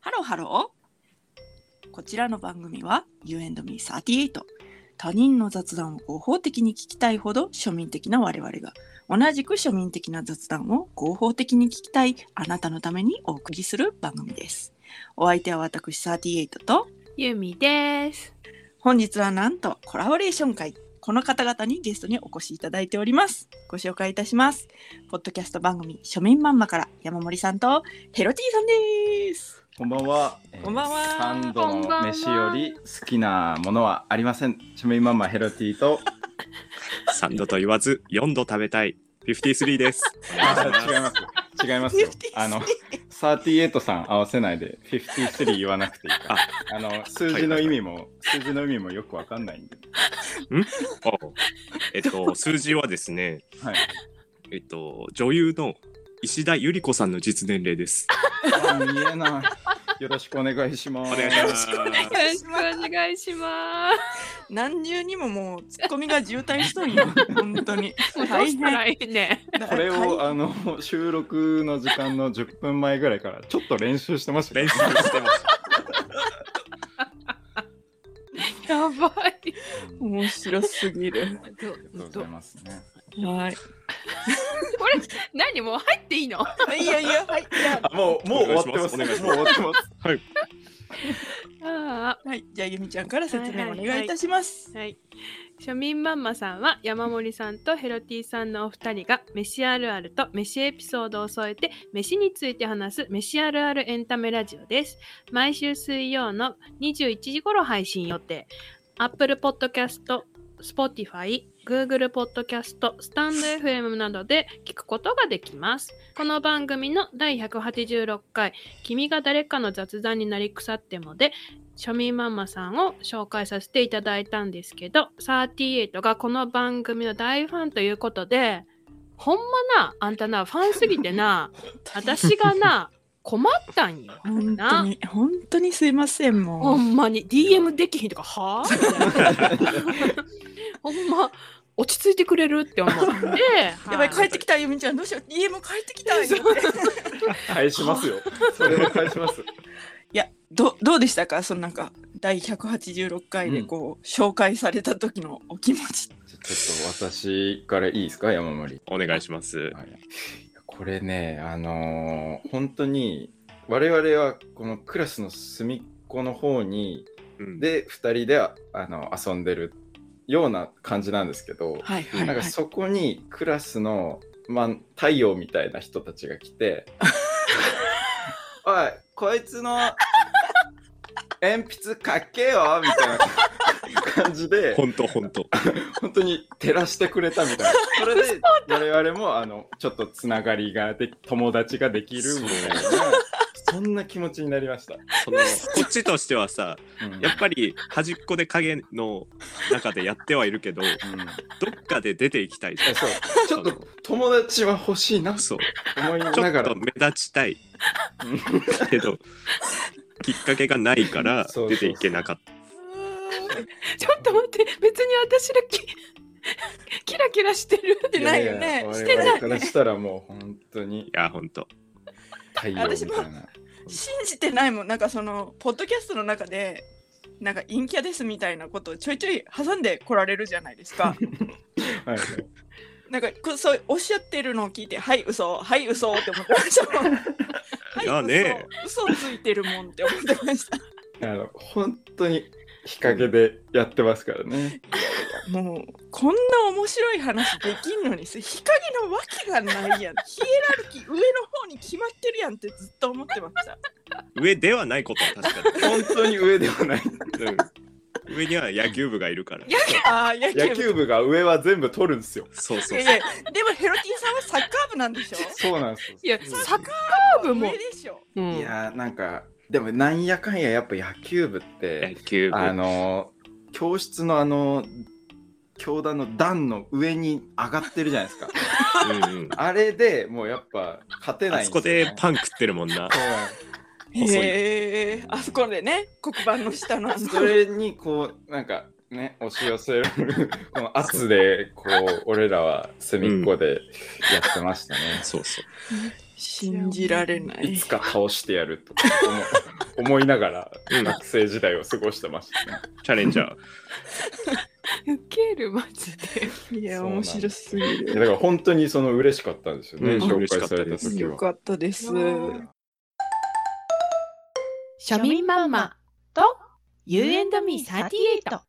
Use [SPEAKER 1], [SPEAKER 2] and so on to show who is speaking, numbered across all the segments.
[SPEAKER 1] ハローハロー。こちらの番組は You and me38。他人の雑談を合法的に聞きたいほど庶民的な我々が同じく庶民的な雑談を合法的に聞きたいあなたのためにお送りする番組です。お相手は私38と
[SPEAKER 2] ゆみです。
[SPEAKER 1] 本日はなんとコラボレーション会この方々にゲストにお越しいただいておりますご紹介いたしますポッドキャスト番組庶民マンマから山森さんとヘロティさんです
[SPEAKER 3] こんばんは。
[SPEAKER 1] こんばんは
[SPEAKER 3] えー三度の飯より好きなものはありません。ちみママヘロティと。
[SPEAKER 4] 3度と言わず4度食べたい53です。お願いします
[SPEAKER 3] 違います。違いますよ。あの、サーティエイトさん合わせないで、フィフティスリー言わなくていいから。あの、数字の意味も、数字の意味もよくわかんないんで。
[SPEAKER 4] あえっと、数字はですね、
[SPEAKER 3] はい。
[SPEAKER 4] えっと、女優の石田ゆり子さんの実年齢です。
[SPEAKER 3] あ見えない。よろしくお願いします。
[SPEAKER 4] お願いします。
[SPEAKER 2] よろしくお願いしま
[SPEAKER 1] 何重にももうツッコミが渋滞しとん よ本当に
[SPEAKER 2] す。もうどうしたらいいね。
[SPEAKER 3] これを
[SPEAKER 1] はい
[SPEAKER 3] あの収録の時間の10分前ぐらいからちょっと練習してました
[SPEAKER 4] 練習してます。
[SPEAKER 2] やばい。
[SPEAKER 3] うんあ
[SPEAKER 1] 面白すぎる
[SPEAKER 3] りがとうございますね。
[SPEAKER 1] はい
[SPEAKER 2] これ何もう入っていいの？
[SPEAKER 1] いやいやはいじゃあ
[SPEAKER 3] もうもう終わってます。
[SPEAKER 4] お願いします
[SPEAKER 3] もう終わってます。
[SPEAKER 2] あ
[SPEAKER 1] はいじゃあゆみちゃんから説明お願いいたします
[SPEAKER 2] あはい。庶民マンマさんは山森さんとヘロティさんのお二人が飯あるあると飯エピソードを添えて飯について話す飯あるあるエンタメラジオです。毎週水曜の21時頃配信予定。Apple Podcast、Spotify、Google Podcast、スタンド FM などで聞くことができます。この番組の第186回「君が誰かの雑談になり腐っても」で庶民ママさんを紹介させていただいたんですけど38がこの番組の大ファンということでほんまなあんたなファンすぎて な私がな困ったんよ。
[SPEAKER 1] 本当
[SPEAKER 2] な
[SPEAKER 1] に本当にすいませんもう
[SPEAKER 2] ほ
[SPEAKER 1] ん
[SPEAKER 2] まに DM できひんとかはあみたいなほんま落ち着いてくれる って思って、
[SPEAKER 1] やばい帰
[SPEAKER 2] は
[SPEAKER 1] ってきたゆみちゃんどうしよう DM 帰ってきた
[SPEAKER 2] そう
[SPEAKER 3] 返しますよ。 それは返します。
[SPEAKER 1] いやどどうでしたかそのなんか第186回でこう、紹介された時のお気持ち
[SPEAKER 3] ちょっと私からいいですか、山森。
[SPEAKER 4] お願いします。
[SPEAKER 3] はい、これね、あのー本当に我々はこのクラスの隅っこの方に
[SPEAKER 4] うん、
[SPEAKER 3] で2人であの遊んでるような感じなんですけど、
[SPEAKER 1] はい
[SPEAKER 4] はい
[SPEAKER 3] なんかそこにクラスの、まあ、太陽みたいな人たちが来 て「おいこいつの鉛筆かけよ」みたいな感じ で。
[SPEAKER 4] 本当本当。
[SPEAKER 3] 本当に照らしてくれたみたいな。それで我々もあのちょっとつながりができ友達ができるみたいなそんな気持ちになりました。
[SPEAKER 4] そのこっちとしてはさ、
[SPEAKER 3] うん
[SPEAKER 4] やっぱり端っこで影の中でやってはいるけど、ど
[SPEAKER 3] うん
[SPEAKER 4] っかで出ていきたいじゃ
[SPEAKER 3] え
[SPEAKER 4] ん。
[SPEAKER 3] そうちょっと友達は欲しいなと
[SPEAKER 4] そう。
[SPEAKER 3] 思いな
[SPEAKER 4] ちょ
[SPEAKER 3] が
[SPEAKER 4] っ
[SPEAKER 3] ら
[SPEAKER 4] と目立ちたい
[SPEAKER 3] うん
[SPEAKER 4] けど、きっかけがないから
[SPEAKER 3] そうそうそう
[SPEAKER 4] 出ていけなかった。
[SPEAKER 2] ちょっと待って別に私らき キラキラしてる
[SPEAKER 1] てないよね
[SPEAKER 3] やや
[SPEAKER 1] してない
[SPEAKER 3] 我々からしたらもう本当に
[SPEAKER 4] いや、本当。
[SPEAKER 3] 太陽みたいな。
[SPEAKER 1] 信じてないもんなんかそのポッドキャストの中でなんか陰キャですみたいなことをちょいちょい挟んでこられるじゃないですか
[SPEAKER 3] はい
[SPEAKER 1] なんかこそうおっしゃってるのを聞いてはい嘘はい嘘って思ってましたもんはい
[SPEAKER 4] いやね
[SPEAKER 1] 嘘嘘ついてるもんって思ってました
[SPEAKER 3] あの本当に日陰でやってますからね。
[SPEAKER 1] もうこんな面白い話できんのにさ日陰のわけがないやんヒエラルキー上の方に決まってるやんってずっと思ってました
[SPEAKER 4] 上ではないことは確 か
[SPEAKER 3] 本当に上ではない。
[SPEAKER 4] に。うん、上には野球部がいるから。
[SPEAKER 1] あー野球
[SPEAKER 3] 野
[SPEAKER 1] 部
[SPEAKER 3] 球部が上は全部取るんですよ。
[SPEAKER 4] そう
[SPEAKER 1] い
[SPEAKER 4] そう
[SPEAKER 1] やい
[SPEAKER 4] そう。
[SPEAKER 1] やでもヘロティさんはサッカー部なんでしょ
[SPEAKER 3] そうなんですよ。
[SPEAKER 2] いや
[SPEAKER 4] うん
[SPEAKER 2] サッカー部も
[SPEAKER 1] 上、でしょ
[SPEAKER 2] うん
[SPEAKER 3] いやーなんかでもなんやかんややっぱ野球部って
[SPEAKER 4] 野球部。
[SPEAKER 3] あのー教室のあの教団の段の上に上がってるじゃない ですか
[SPEAKER 4] うんうん、
[SPEAKER 3] あれでもうやっぱ勝てな
[SPEAKER 4] あ
[SPEAKER 3] いんです
[SPEAKER 4] そこ
[SPEAKER 3] よ、ね、
[SPEAKER 4] でパン食ってるもんな。
[SPEAKER 3] そうなんで
[SPEAKER 4] 細い
[SPEAKER 1] へえあそこでね黒板の下のあの
[SPEAKER 3] すそれにこうなんかね押し寄せるこの圧でこう俺らは隅っこでやってましたね、
[SPEAKER 4] そうそう。
[SPEAKER 1] 信じられない
[SPEAKER 3] いつか倒してやると思いながら
[SPEAKER 4] うん
[SPEAKER 3] 学生時代を過ごしてましたね。
[SPEAKER 4] チャレンジャー。
[SPEAKER 2] ウケるマジで。
[SPEAKER 1] いや、
[SPEAKER 3] そうなん
[SPEAKER 1] 面
[SPEAKER 3] だ
[SPEAKER 1] 白すぎ
[SPEAKER 3] いや
[SPEAKER 1] る。
[SPEAKER 3] だから本当にその嬉しかったんですよね、
[SPEAKER 4] うん
[SPEAKER 3] 紹介された時
[SPEAKER 1] よ
[SPEAKER 3] は。
[SPEAKER 1] かったです。
[SPEAKER 2] 庶民マンマと
[SPEAKER 1] You and me
[SPEAKER 2] 38。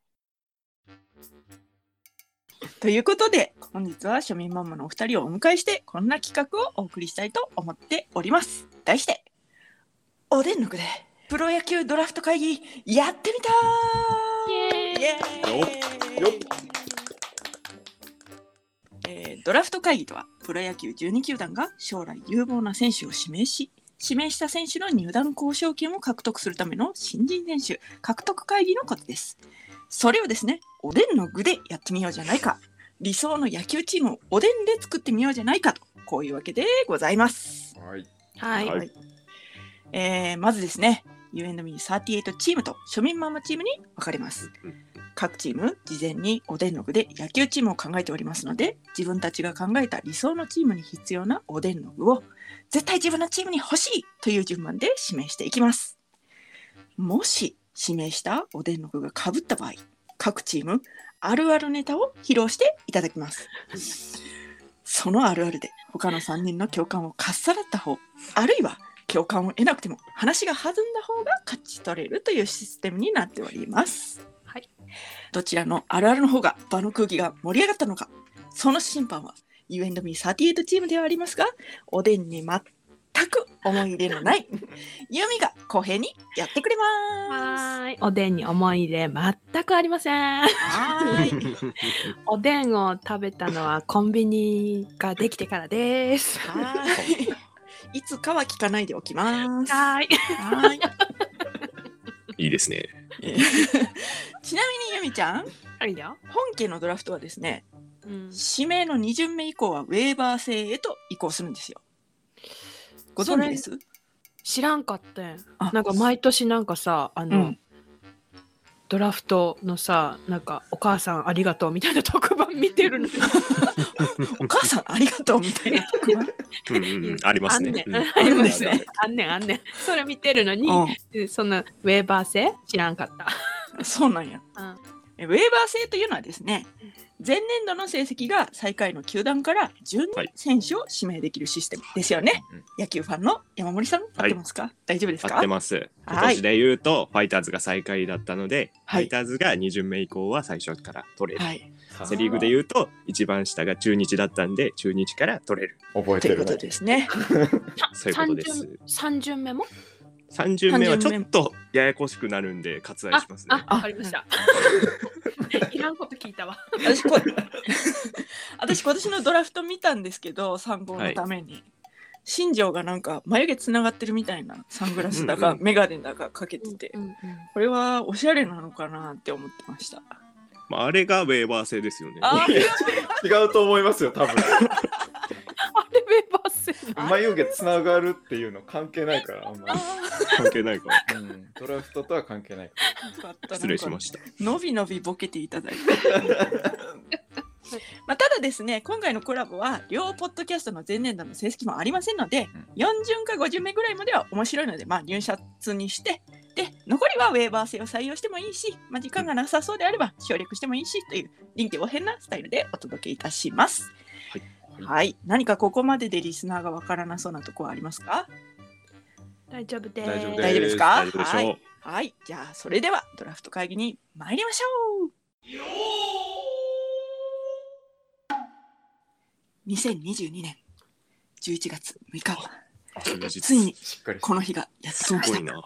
[SPEAKER 1] ということで、本日は庶民ママのお二人をお迎えして、こんな企画をお送りしたいと思っております。題して、おでんの具でプロ野球ドラフト会議やってみたーイエーイ
[SPEAKER 3] よ
[SPEAKER 4] よ
[SPEAKER 3] っ
[SPEAKER 1] えードラフト会議とはプロ野球12球団が将来有望な選手を指名し指名した選手の入団交渉権を獲得するための新人選手獲得会議のことですそれをですねおでんの具でやってみようじゃないか理想の野球チームをおでんで作ってみようじゃないかとこういうわけでございます、
[SPEAKER 3] はい、
[SPEAKER 2] はい。
[SPEAKER 4] はい
[SPEAKER 1] えーまずですね U&Me38 チームと庶民ママチームに分かれます各チーム事前におでんの具で野球チームを考えておりますので自分たちが考えた理想のチームに必要なおでんの具を絶対自分のチームに欲しいという順番で指名していきますもし指名したおでんの具がかぶった場合各チームあるあるネタを披露していただきますそのあるあるで他の3人の共感をかっさらった方あるいは共感を得なくても話が弾んだ方が勝ち取れるというシステムになっております
[SPEAKER 2] はい。
[SPEAKER 1] どちらのあるあるの方が場の空気が盛り上がったのか、その審判は You and me38 チームではありますが、おでんに全く思い入れのない ユミが公平にやってくれます。
[SPEAKER 2] はい。おでんに思い入れ全くありません。
[SPEAKER 1] はーい。
[SPEAKER 2] おでんを食べたのはコンビニができてからです。
[SPEAKER 1] はーい。いつかは聞かないでおきます。は
[SPEAKER 2] はい。
[SPEAKER 1] ーい。
[SPEAKER 4] いいですね。
[SPEAKER 1] ちなみにユミちゃん、
[SPEAKER 2] はいよ。
[SPEAKER 1] 本家のドラフトはですね、
[SPEAKER 2] うん。
[SPEAKER 1] 指名の2巡目以降はウェーバー制へと移行するんですよ。ご存知です
[SPEAKER 2] 知らんかったん
[SPEAKER 1] あ
[SPEAKER 2] なんか毎年なんかさあ
[SPEAKER 1] う
[SPEAKER 2] の、
[SPEAKER 1] ん。
[SPEAKER 2] ドラフトのさなんか「お母さんありがとう」みたいな特番見てるの
[SPEAKER 1] お母さんありがとうみたいな特番。
[SPEAKER 4] うんうんうんありますね。
[SPEAKER 2] あんねん
[SPEAKER 4] うん
[SPEAKER 1] あるんですね。
[SPEAKER 2] あんねんあんねんそれ見てるのに、
[SPEAKER 1] うん
[SPEAKER 2] そのウェーバー制知らんかった
[SPEAKER 1] そうなんや。
[SPEAKER 2] うん
[SPEAKER 1] えウェーバー制というのはですね、前年度の成績が最下位の球団から順に
[SPEAKER 4] はい
[SPEAKER 1] 選手を指名できるシステムですよね。
[SPEAKER 3] うん
[SPEAKER 1] 野球ファンの山森さん、合ってますか、大丈夫です
[SPEAKER 4] 合っ
[SPEAKER 1] か
[SPEAKER 4] てます。
[SPEAKER 1] はい
[SPEAKER 4] 今年で言うと、ファイターズが最下位だったので、
[SPEAKER 1] はい
[SPEAKER 4] ファイターズが2巡目以降は最初から取れる。
[SPEAKER 1] はい。
[SPEAKER 4] セ・リーグで
[SPEAKER 3] う
[SPEAKER 4] 言うと、一番下が中日だったんで、中日から取れる。
[SPEAKER 3] 覚え
[SPEAKER 1] と
[SPEAKER 3] て
[SPEAKER 1] いう
[SPEAKER 3] る
[SPEAKER 1] こ
[SPEAKER 3] ね
[SPEAKER 1] とですね。
[SPEAKER 4] そういうことです。
[SPEAKER 2] 3巡目も
[SPEAKER 4] 3巡目はちょっとややこしくなるんで、割愛しますね
[SPEAKER 2] あ。あわかりました いらんこと聞いたわ
[SPEAKER 1] 私こ、 私今年のドラフト見たんですけど、参考のために。新庄がなんか眉毛つながってるみたいなサングラスだか、
[SPEAKER 4] うんう
[SPEAKER 1] メガネだかかけてて、
[SPEAKER 2] うんうん
[SPEAKER 1] これはおしゃれなのかなって思ってました。
[SPEAKER 4] まああれがウェーバー制ですよね。
[SPEAKER 1] あー
[SPEAKER 3] 違うと思いますよ、多分。
[SPEAKER 2] あれウェーバ ー制
[SPEAKER 3] 眉毛つながるっていうの関係ないから、あんま
[SPEAKER 4] 関係ないから。
[SPEAKER 3] り。うんドラフトとは関係ないか
[SPEAKER 4] 失礼しま
[SPEAKER 1] し
[SPEAKER 4] した。
[SPEAKER 1] た。のびのびボケていただいて。
[SPEAKER 3] ら。
[SPEAKER 1] まあ、ただですね、今回のコラボは両ポッドキャストの前年度の成績もありませんので、
[SPEAKER 3] うん
[SPEAKER 1] 4巡か5巡目ぐらいまでは面白いので、まあ、入札にして、で、残りはウェーバー制を採用してもいいし、まあ、時間がなさそうであれば省略してもいいしという臨機応変なスタイルでお届けいたします。はい、何かここまででリスナーがわからなそうなとこはありますか
[SPEAKER 2] 大丈夫です
[SPEAKER 3] 大丈夫で す
[SPEAKER 1] 大丈夫ですか
[SPEAKER 4] 大丈夫でし
[SPEAKER 1] は
[SPEAKER 4] ょ
[SPEAKER 1] いはい、じゃあそれではドラフト会議に参りましょう。2022年11月6日、
[SPEAKER 4] う。充実
[SPEAKER 1] ついに
[SPEAKER 3] しっかりし
[SPEAKER 1] この日がやってき
[SPEAKER 4] す
[SPEAKER 1] まし
[SPEAKER 4] ご
[SPEAKER 1] た
[SPEAKER 4] い。な。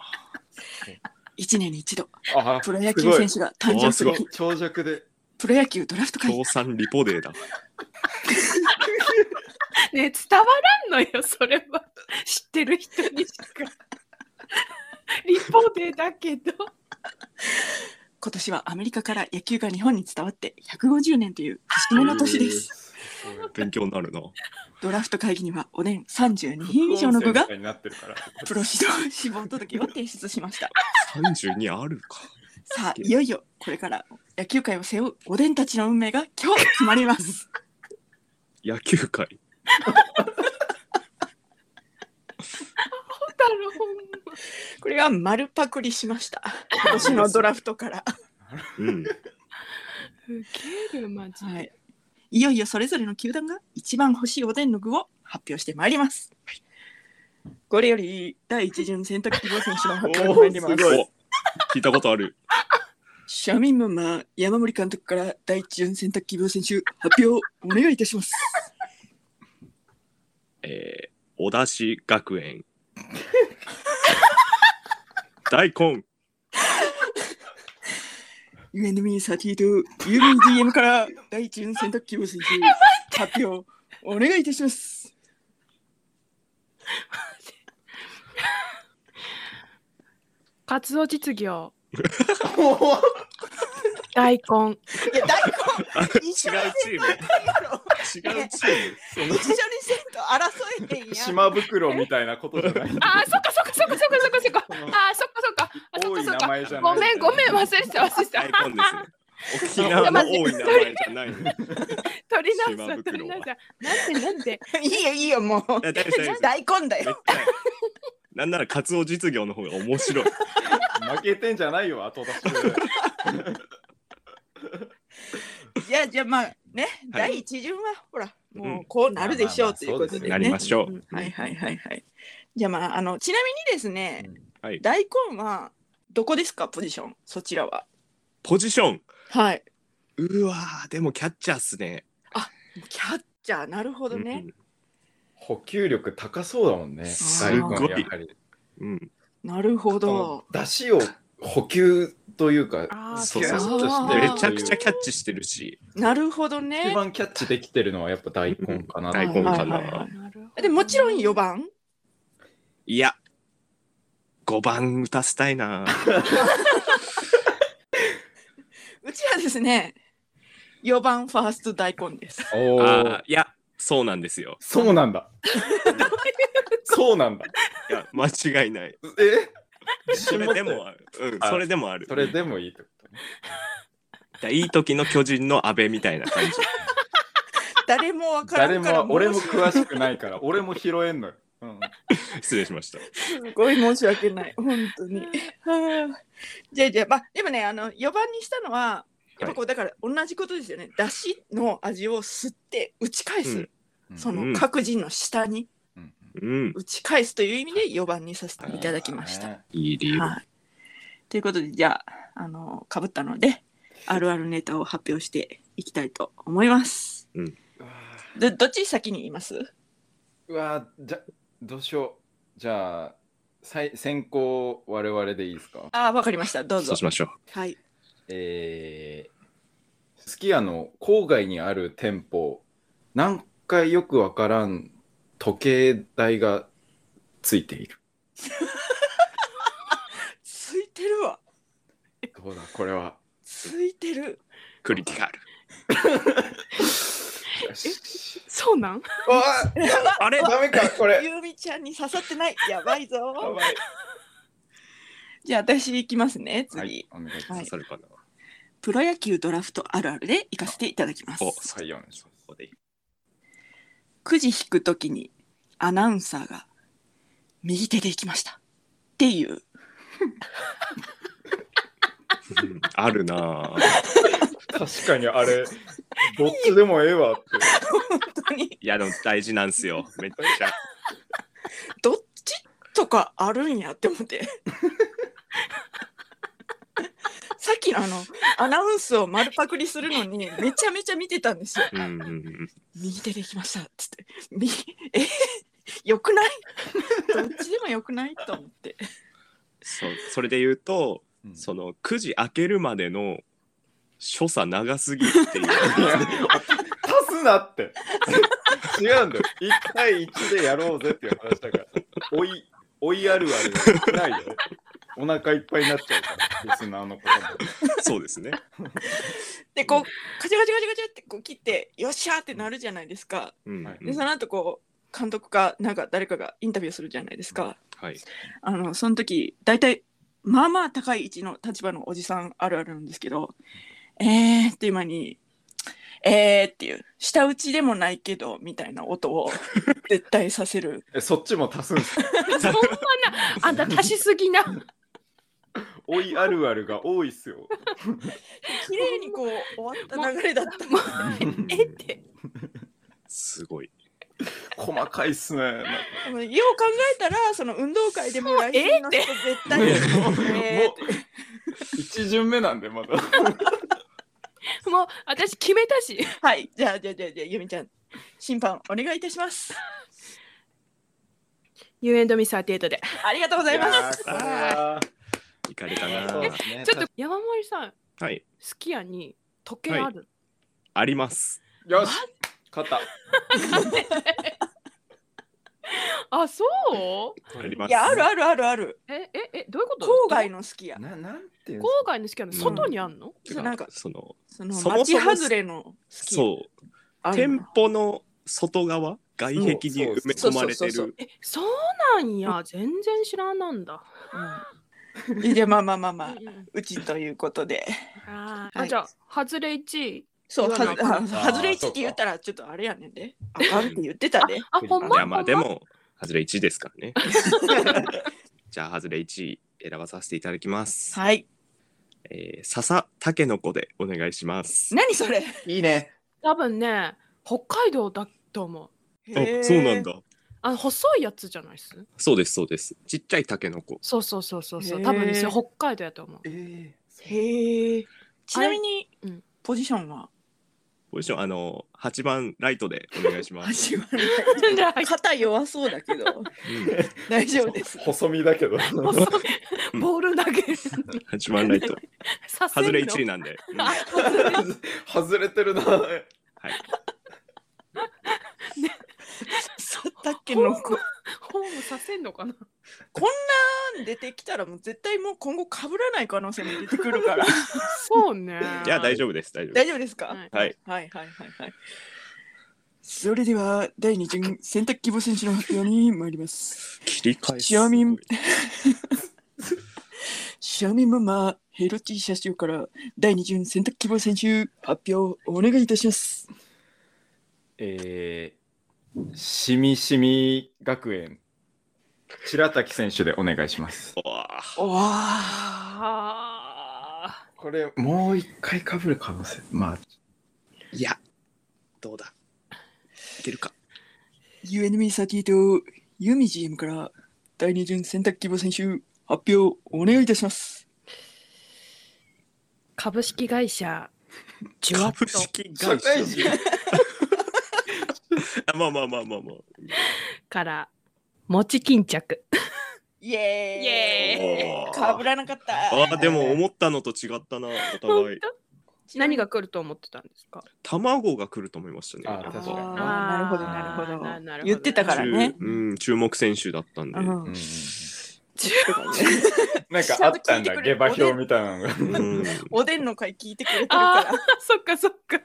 [SPEAKER 1] 一年に一度、
[SPEAKER 3] あ
[SPEAKER 1] プロ野球選手が誕生
[SPEAKER 4] す
[SPEAKER 1] す
[SPEAKER 4] ご
[SPEAKER 1] る
[SPEAKER 4] い
[SPEAKER 1] 日、
[SPEAKER 3] 長尺で。
[SPEAKER 1] プロ野球ドラフト会議
[SPEAKER 4] 協。賛リポデーだ。
[SPEAKER 2] ね伝わらんのよそれは知ってる人にし かリポでだけど
[SPEAKER 1] 今年はアメリカから野球が日本に伝わって150年という節目の年です。
[SPEAKER 4] 勉強になるな。
[SPEAKER 1] ドラフト会議にはおでん32品以上の具が
[SPEAKER 3] 副音声みたいになってるから
[SPEAKER 1] プロ指導志望届を提出しました。
[SPEAKER 4] 32あるか。
[SPEAKER 1] さあいよいよこれから野球界を背負うおでんたちの運命が今日決まります。
[SPEAKER 4] 野球界。
[SPEAKER 2] だろう
[SPEAKER 1] これは丸パクリしました。今年のドラフトから。
[SPEAKER 4] うん。
[SPEAKER 2] ウケるマジで、
[SPEAKER 1] はい。いよいよそれぞれの球団が一番欲しいおでんの具を発表してまいります。これより第一巡選択希望選手の発表になります。
[SPEAKER 4] お聞いたことある。
[SPEAKER 1] 庶民ママ山森監督から第一巡選択希望選手発表お願いいたします。
[SPEAKER 4] えー、お出し学 園。大根。
[SPEAKER 1] UNME32 郵便 DM から第一巡選択希望選手発表お願いいたします。
[SPEAKER 2] カツオ実業
[SPEAKER 3] おー
[SPEAKER 2] 大根
[SPEAKER 1] いや大根
[SPEAKER 4] 違うチ
[SPEAKER 1] 一緒
[SPEAKER 4] ー
[SPEAKER 1] に
[SPEAKER 4] ム。違うチーム。その
[SPEAKER 1] 一緒にせんと争えてんやん。
[SPEAKER 3] 島袋みたいなことじゃない。
[SPEAKER 2] あーそっかそっかそっかそっかそっかそっか
[SPEAKER 3] その
[SPEAKER 2] あーそっかそっかあそっ
[SPEAKER 3] 多
[SPEAKER 2] か
[SPEAKER 3] い
[SPEAKER 2] そっ
[SPEAKER 3] 名
[SPEAKER 2] か
[SPEAKER 3] 前じゃない。
[SPEAKER 2] ごめんごめん忘れてた忘れてた
[SPEAKER 4] 大根で すね。沖縄の多い名前じゃないの。
[SPEAKER 2] 取り直
[SPEAKER 4] 島
[SPEAKER 2] した取
[SPEAKER 4] 袋
[SPEAKER 2] り
[SPEAKER 4] は
[SPEAKER 2] 直したなんでなんで
[SPEAKER 1] いいよいいよもう
[SPEAKER 4] いや大丈夫です
[SPEAKER 1] 大根だ
[SPEAKER 4] めっ
[SPEAKER 1] よ。
[SPEAKER 4] ちゃなんならカツオ実業の方が面白い。
[SPEAKER 3] 負けてんじゃないよ、後出しで。
[SPEAKER 1] いやじゃあまあね、
[SPEAKER 4] はい
[SPEAKER 1] 第一巡はほらもうんうこうなるでしょうということで
[SPEAKER 3] まあまあまあそうです
[SPEAKER 1] ね。
[SPEAKER 3] ね
[SPEAKER 4] なりまし
[SPEAKER 1] うん
[SPEAKER 4] ょう。
[SPEAKER 1] はいはいはいはい。じゃあまああのちなみにですね、
[SPEAKER 4] はい。
[SPEAKER 1] 大根はどこですかポジションそちらは。
[SPEAKER 4] ポジション。
[SPEAKER 1] はい。
[SPEAKER 4] うわーでもキャッチャーっすね。
[SPEAKER 1] キャッチャーなるほどね。
[SPEAKER 3] 補給力高そうだもんね。
[SPEAKER 4] す
[SPEAKER 1] ごい
[SPEAKER 3] 大根やはり。
[SPEAKER 4] うん。うん。
[SPEAKER 1] なるほど。
[SPEAKER 3] 出汁を補給というか、
[SPEAKER 2] あー
[SPEAKER 4] そうそう
[SPEAKER 1] そう
[SPEAKER 3] キャッチしてる
[SPEAKER 4] め
[SPEAKER 1] あー
[SPEAKER 4] ちゃくちゃキャッ
[SPEAKER 3] と
[SPEAKER 4] チしてるし。
[SPEAKER 1] なるほど
[SPEAKER 3] いう
[SPEAKER 1] ね
[SPEAKER 3] 一。番キャッチできてるのはやっぱ大根かな。
[SPEAKER 4] 大根か
[SPEAKER 1] はいはいは。
[SPEAKER 4] ない
[SPEAKER 1] でもちろん
[SPEAKER 2] よ
[SPEAKER 1] 4番。
[SPEAKER 4] いや。5番打たせたいな。
[SPEAKER 1] うちはですね、4番ファースト大根です。
[SPEAKER 3] お
[SPEAKER 4] あ
[SPEAKER 3] お
[SPEAKER 4] ー。いや、そうなんですよ。
[SPEAKER 3] そうな んだ。そうなんだ。
[SPEAKER 4] いや、間違いない。
[SPEAKER 3] え
[SPEAKER 4] それでもあ る。うん、
[SPEAKER 3] あ
[SPEAKER 4] それでもある。
[SPEAKER 3] それでもいいってことね。
[SPEAKER 4] だいい時の巨人の阿部みたいな感じ。
[SPEAKER 1] 誰もわから
[SPEAKER 3] 誰
[SPEAKER 1] んから
[SPEAKER 3] も、俺も
[SPEAKER 1] 申し
[SPEAKER 3] 詳しくないから、俺も拾えんのよ。うん
[SPEAKER 4] 失礼しました。
[SPEAKER 1] すごい申し訳ない。本当に。はあじゃあじゃあ、まあ、でもね、あの4番にしたのは、やっぱこう、だから同じことですよね。だしの味を吸って打ち返す。
[SPEAKER 4] うん
[SPEAKER 3] うん
[SPEAKER 1] そ
[SPEAKER 4] うん
[SPEAKER 1] の各人の下に
[SPEAKER 3] うん
[SPEAKER 4] うん、
[SPEAKER 1] 打ち返すという意味で4番にさせていただきました。
[SPEAKER 3] ね
[SPEAKER 4] いい理由。
[SPEAKER 1] はい。ということで、じゃあ、あの、かぶったので、あるあるネタを発表していきたいと思います。
[SPEAKER 3] うわ
[SPEAKER 1] ど、どっち先に言います
[SPEAKER 3] ーうわーじゃ、どうしよう。じゃあ、最先行我々でいいですか
[SPEAKER 1] ああ、わかりました。どう
[SPEAKER 4] そ
[SPEAKER 1] ぞ
[SPEAKER 4] うし。ましょう。
[SPEAKER 1] はい。
[SPEAKER 3] えー、スキヤの郊外にある店舗、何回よくわからん時計台がついている。
[SPEAKER 1] ついてるわ。
[SPEAKER 3] どうだ、これは。
[SPEAKER 1] ついてる。
[SPEAKER 4] クリティカル。
[SPEAKER 3] よし。
[SPEAKER 2] そうなん
[SPEAKER 3] あ
[SPEAKER 4] あれ、
[SPEAKER 3] ダメか、これ。
[SPEAKER 1] ゆうみちゃんに刺さってない。やばい
[SPEAKER 3] や
[SPEAKER 1] ぞ。
[SPEAKER 3] ばい
[SPEAKER 1] じゃあ、私行きますね。次。
[SPEAKER 3] はい、お願いしま
[SPEAKER 1] は
[SPEAKER 4] 刺
[SPEAKER 1] い
[SPEAKER 3] す。
[SPEAKER 4] さるかな。
[SPEAKER 1] プロ野球ドラフトあるあるで行かせていただきます
[SPEAKER 4] お。
[SPEAKER 3] はい、お願いします。
[SPEAKER 4] ここでいい
[SPEAKER 1] くじ引くときにアナウンサーが右手で行きました。っていう。
[SPEAKER 4] うんあるなぁ。
[SPEAKER 3] 確かにあれ、どっちでもええわって。
[SPEAKER 1] 本当に。
[SPEAKER 4] いや、でも大事なんすよ。 めっちゃ。
[SPEAKER 1] どっちとかあるんやって思って。さっきのあのアナウンスを丸パクリするのにめちゃめちゃ見てたんですよ。
[SPEAKER 4] うんうんうん。
[SPEAKER 1] 右手で行きましたっつって。みえよく ないどっちでもよくないと思って。
[SPEAKER 4] そう、それで言うと、
[SPEAKER 3] うん
[SPEAKER 4] その9時開けるまでの所作長すぎるっ ていう。
[SPEAKER 3] いや足すなって。違うんだよ。一対一でやろうぜっていう話だから。追い、追いあるあるないよ。お腹いっぱいになっちゃうから、リスナーのこと
[SPEAKER 4] そうですね。
[SPEAKER 1] でこうカチャカチャカチャカチャってこう切ってよっしゃーってなるじゃないですか。
[SPEAKER 4] うん、
[SPEAKER 3] はい
[SPEAKER 1] でその後こう監督かなんか誰かがインタビューするじゃないですか。
[SPEAKER 4] はい。
[SPEAKER 1] あのその時大体まあまあ高い位置の立場のおじさんあるあるなんですけど「えー」っていう前にえーっていう、舌打ちでもないけど、みたいな音を絶対させ る。
[SPEAKER 3] えそっちも足すんですか
[SPEAKER 2] そんなあんた足しすぎな
[SPEAKER 3] おいあるあるが多いっすよ。
[SPEAKER 1] 綺麗にこう、終わった流れだった。
[SPEAKER 2] もうえって
[SPEAKER 4] すごい。
[SPEAKER 3] 細かいっすね。なんか
[SPEAKER 1] でもよう考えたら、その運動会でも来週の人絶対
[SPEAKER 3] もう
[SPEAKER 1] に、えーって
[SPEAKER 3] 一巡目なんでまだ。
[SPEAKER 2] もう私決めたし
[SPEAKER 1] はい、じゃあ、じゃあ、じゃあ、じゃあ、ゆみちゃん、審判お願いいたします。
[SPEAKER 2] You and me38 で
[SPEAKER 1] ありがとうございます。
[SPEAKER 3] いやーこれはい
[SPEAKER 4] かれた
[SPEAKER 3] そう
[SPEAKER 4] な
[SPEAKER 3] で。すね
[SPEAKER 2] ちょっと山森さん
[SPEAKER 4] はい。
[SPEAKER 2] すき家に時計ある、
[SPEAKER 4] あります。
[SPEAKER 3] よし勝った。
[SPEAKER 2] あそう
[SPEAKER 4] ありま
[SPEAKER 1] い
[SPEAKER 4] す。
[SPEAKER 1] や、あるあるあるある。
[SPEAKER 2] えええどういうこと
[SPEAKER 1] 郊外の好きや。
[SPEAKER 3] ななんていうん
[SPEAKER 2] 郊
[SPEAKER 3] です
[SPEAKER 2] 外のすき家の外にあんの、
[SPEAKER 4] てか
[SPEAKER 1] なんか
[SPEAKER 4] その
[SPEAKER 1] その
[SPEAKER 4] そもそ
[SPEAKER 1] 街
[SPEAKER 4] も
[SPEAKER 1] 外れの好き。
[SPEAKER 4] そう
[SPEAKER 1] ある
[SPEAKER 4] 店
[SPEAKER 1] の。
[SPEAKER 4] 舗の外側外壁に埋め込まれ
[SPEAKER 1] そうそうそう
[SPEAKER 4] て
[SPEAKER 1] そう
[SPEAKER 4] る
[SPEAKER 2] えそうなんや全然知らなんだ、
[SPEAKER 1] うんじゃあ、まあまあまあま
[SPEAKER 2] う
[SPEAKER 1] あ
[SPEAKER 2] ん、うん
[SPEAKER 1] うちということで。
[SPEAKER 2] あー
[SPEAKER 1] は
[SPEAKER 2] あ
[SPEAKER 1] い
[SPEAKER 2] じゃあ外れ1位
[SPEAKER 1] そう、は
[SPEAKER 2] 言わな
[SPEAKER 1] は
[SPEAKER 2] あ
[SPEAKER 3] かん
[SPEAKER 1] 外れ1って言ったら、ちょっとあれやねんで。あかんって言ってたで。
[SPEAKER 2] あほん
[SPEAKER 4] い
[SPEAKER 2] ま
[SPEAKER 4] やまあで
[SPEAKER 2] ほん
[SPEAKER 4] も外れ1で すからねじゃあ外れ1位選ばさせていただきます、
[SPEAKER 1] はい。
[SPEAKER 4] えー、笹たけのこでお願いします
[SPEAKER 1] 何それ
[SPEAKER 3] いいね。
[SPEAKER 2] 多分ね北海道だと思う
[SPEAKER 4] あそうなん。だ
[SPEAKER 2] あの細いやつじゃないっす
[SPEAKER 4] そうですそうですちっちゃいたけのこ
[SPEAKER 2] そうそうそうそうそ
[SPEAKER 1] へ
[SPEAKER 2] う
[SPEAKER 1] ー
[SPEAKER 2] 多分ですよ北海道やと思う
[SPEAKER 3] ええ。
[SPEAKER 1] へえ。ちなみに
[SPEAKER 2] うん、
[SPEAKER 1] ポジションは
[SPEAKER 4] ポジションあの8番ライトでお願いし ま
[SPEAKER 1] 始
[SPEAKER 4] す、
[SPEAKER 1] まる。 肩弱そうだけど、
[SPEAKER 4] う
[SPEAKER 1] 大丈夫です。
[SPEAKER 3] 細身だけど。
[SPEAKER 2] 細いボール投げる
[SPEAKER 4] ん、8番ライト
[SPEAKER 2] させんの
[SPEAKER 4] 外れ1位なんで、うん
[SPEAKER 2] あ
[SPEAKER 4] はい、
[SPEAKER 3] 外れてるな。
[SPEAKER 1] そうだっけの
[SPEAKER 2] ほんまホームさせんのかな
[SPEAKER 1] 出てきたらもう絶対もう今後被らない可能性も出てくるから
[SPEAKER 2] そうね
[SPEAKER 4] いや大
[SPEAKER 2] 丈
[SPEAKER 4] 丈夫です大丈夫 で
[SPEAKER 1] 大丈夫ですか、はい、
[SPEAKER 4] すはい
[SPEAKER 1] はいはいはいそれでは第2巡選択希望選手の発表に参ります
[SPEAKER 4] 切り替え
[SPEAKER 1] ちなみにシャミママヘロティ社長から第2巡選択希望選手発表お願いいたします
[SPEAKER 3] えー、しみしみ学園白滝選手でお願いします
[SPEAKER 4] おー
[SPEAKER 1] おわ
[SPEAKER 2] あ
[SPEAKER 3] これもう一回かぶる可能性まあ
[SPEAKER 4] いやどうだいけるか
[SPEAKER 1] UNB38 とユミ GM から第2巡選択希望選手発表お願いいたします
[SPEAKER 2] ー株式会社ジュワ
[SPEAKER 4] 株
[SPEAKER 2] ット
[SPEAKER 4] 式
[SPEAKER 3] 社
[SPEAKER 4] 会社
[SPEAKER 3] 会人
[SPEAKER 4] あまあまあまあまあまあ
[SPEAKER 2] から餅巾着
[SPEAKER 1] イエーイ
[SPEAKER 2] イエ
[SPEAKER 4] ーイ
[SPEAKER 1] かぶらなかった
[SPEAKER 4] あーでも思ったのと違ったなお
[SPEAKER 2] 本
[SPEAKER 4] 互い
[SPEAKER 2] 当何が来ると思ってたんですか
[SPEAKER 4] 卵が来ると思いましたね
[SPEAKER 3] あー確かに
[SPEAKER 1] あーなるほどなるほ
[SPEAKER 2] あーなる
[SPEAKER 1] ど
[SPEAKER 2] ほど
[SPEAKER 1] 言ってたからね
[SPEAKER 4] 注うん、注目選手だったんで、
[SPEAKER 1] うん
[SPEAKER 3] うん
[SPEAKER 1] な
[SPEAKER 3] なんん
[SPEAKER 1] か
[SPEAKER 3] か
[SPEAKER 1] あ
[SPEAKER 3] あ
[SPEAKER 1] っ
[SPEAKER 3] ったた
[SPEAKER 1] ん
[SPEAKER 3] ん
[SPEAKER 1] だ
[SPEAKER 3] だ
[SPEAKER 1] 下
[SPEAKER 3] 下
[SPEAKER 1] 馬
[SPEAKER 3] 馬
[SPEAKER 1] 評
[SPEAKER 3] 評みたいなのが
[SPEAKER 4] うん
[SPEAKER 1] おでんの会聞いてくれてるから
[SPEAKER 2] そっかそっか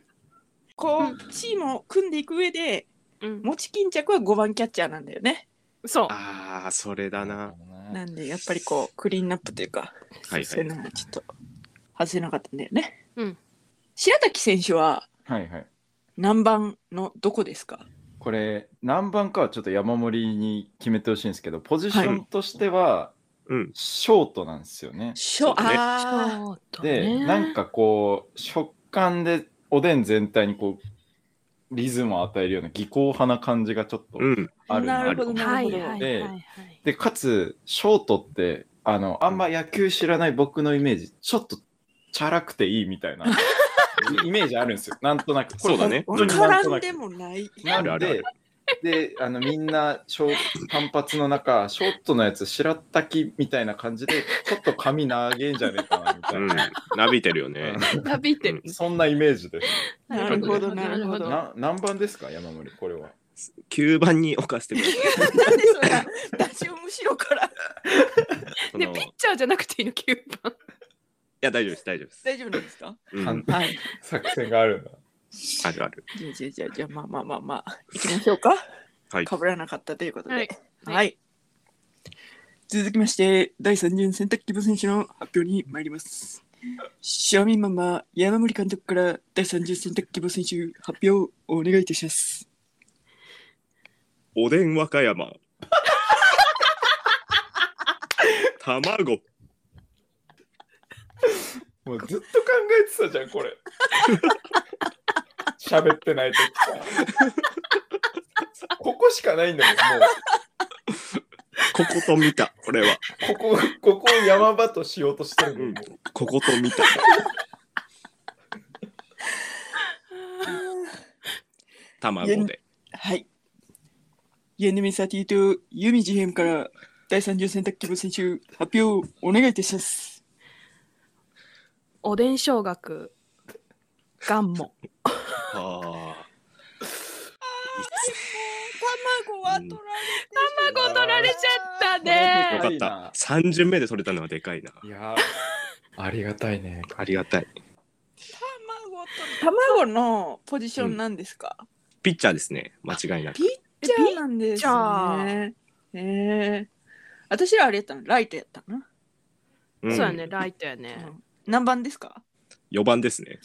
[SPEAKER 1] こうチームを組んでいく上で
[SPEAKER 2] うん
[SPEAKER 1] もち巾着は5番キャッチャーなんだよね
[SPEAKER 2] そう
[SPEAKER 4] ああそれだな
[SPEAKER 1] なんでやっぱりこうクリーンナップというか
[SPEAKER 4] はい
[SPEAKER 1] そう
[SPEAKER 4] はいいう
[SPEAKER 1] のもちょっと外せなかったんだよね
[SPEAKER 2] うん
[SPEAKER 1] 白滝選手は
[SPEAKER 3] はいはい
[SPEAKER 1] 何番のどこですか
[SPEAKER 3] これ何番かはちょっと山盛りに決めてほしいんですけどポジションとしては
[SPEAKER 4] うん
[SPEAKER 3] ショートなんですよね、
[SPEAKER 1] ショ
[SPEAKER 4] そうね
[SPEAKER 1] あ
[SPEAKER 2] そうだ
[SPEAKER 3] で、
[SPEAKER 2] ね
[SPEAKER 3] なんかこう食感でおでん全体にこうリズムを与えるような技巧派な感じがちょっと
[SPEAKER 4] うん
[SPEAKER 1] あ
[SPEAKER 3] ある
[SPEAKER 1] なるほど
[SPEAKER 3] あ
[SPEAKER 1] な
[SPEAKER 2] は
[SPEAKER 1] る
[SPEAKER 2] い
[SPEAKER 1] ほ
[SPEAKER 2] は
[SPEAKER 1] ど
[SPEAKER 2] いはい
[SPEAKER 3] で
[SPEAKER 2] はい
[SPEAKER 3] でかつショートってあのあんま野球知らない僕のイメージちょっとチャラくていいみたいな イメージあるんですよなんとなくこれ
[SPEAKER 4] そうだね
[SPEAKER 3] 本当になん
[SPEAKER 1] 絡
[SPEAKER 3] と
[SPEAKER 1] ん
[SPEAKER 3] なく
[SPEAKER 1] でもない
[SPEAKER 3] なんで
[SPEAKER 4] あるある
[SPEAKER 3] であのみんなショ単発の中ショートのやつ白滝みたいな感じでちょっと髪長げんじゃねえかなみた
[SPEAKER 4] う
[SPEAKER 3] い
[SPEAKER 4] ん
[SPEAKER 3] な、
[SPEAKER 4] なびいてるよね
[SPEAKER 2] なびいてる。
[SPEAKER 3] そんなイメージです
[SPEAKER 1] な
[SPEAKER 4] るほ
[SPEAKER 1] どなるほど
[SPEAKER 3] な何番ですか山森これは
[SPEAKER 4] 9番に置かせてください
[SPEAKER 1] なんでそれラジオ後ろから
[SPEAKER 4] そ
[SPEAKER 2] で、
[SPEAKER 4] の
[SPEAKER 2] ピ
[SPEAKER 4] い
[SPEAKER 2] ッチャーじゃなくていいの、9番。
[SPEAKER 4] や大丈夫です大丈夫です、
[SPEAKER 1] 大丈夫なんですか
[SPEAKER 4] うん、
[SPEAKER 3] 簡単
[SPEAKER 1] はい
[SPEAKER 3] 作戦があるんだ
[SPEAKER 4] あるある
[SPEAKER 1] じゃあじゃあじゃあじゃあまあまあまあまあ行きましょうか。
[SPEAKER 4] はい
[SPEAKER 1] 被らなかったということで。
[SPEAKER 2] は
[SPEAKER 1] はいい。
[SPEAKER 2] は
[SPEAKER 1] 続きまして第三巡選択希望選手の発表に参ります。庶民ママ、山森監督から第30選択希望選手発表をお願いいたします。
[SPEAKER 4] おでん和歌山。卵。
[SPEAKER 3] もうずっと考えてたじゃん、こ れ。喋ってない時さ。ここしかないんだもん、も
[SPEAKER 4] ここと見た。俺は。
[SPEAKER 3] う。ここ、ここを山場としようとしてるの、もう
[SPEAKER 4] ここと見た。卵で。
[SPEAKER 1] はい。ユミサティとユミ GM から第30選択希望選手発表をお願いいたします。
[SPEAKER 2] おでん小学ガ ンモ
[SPEAKER 4] ああ。
[SPEAKER 1] 卵
[SPEAKER 4] は取ら
[SPEAKER 2] 卵取られちゃった
[SPEAKER 4] よ
[SPEAKER 2] ね
[SPEAKER 4] かった。三巡目で取れたのはでかいな。
[SPEAKER 3] いや、ありがたいね。
[SPEAKER 4] ありがたい。
[SPEAKER 1] 卵のポジションなんですか、
[SPEAKER 4] ピッチャーですね。間違いなく
[SPEAKER 1] ピ。ピッチャーなんですね。えー、私らあれやったのライトやったな。
[SPEAKER 2] そうだね
[SPEAKER 4] ん。
[SPEAKER 2] ライトやね
[SPEAKER 1] 何番ですか
[SPEAKER 4] 四番ですね。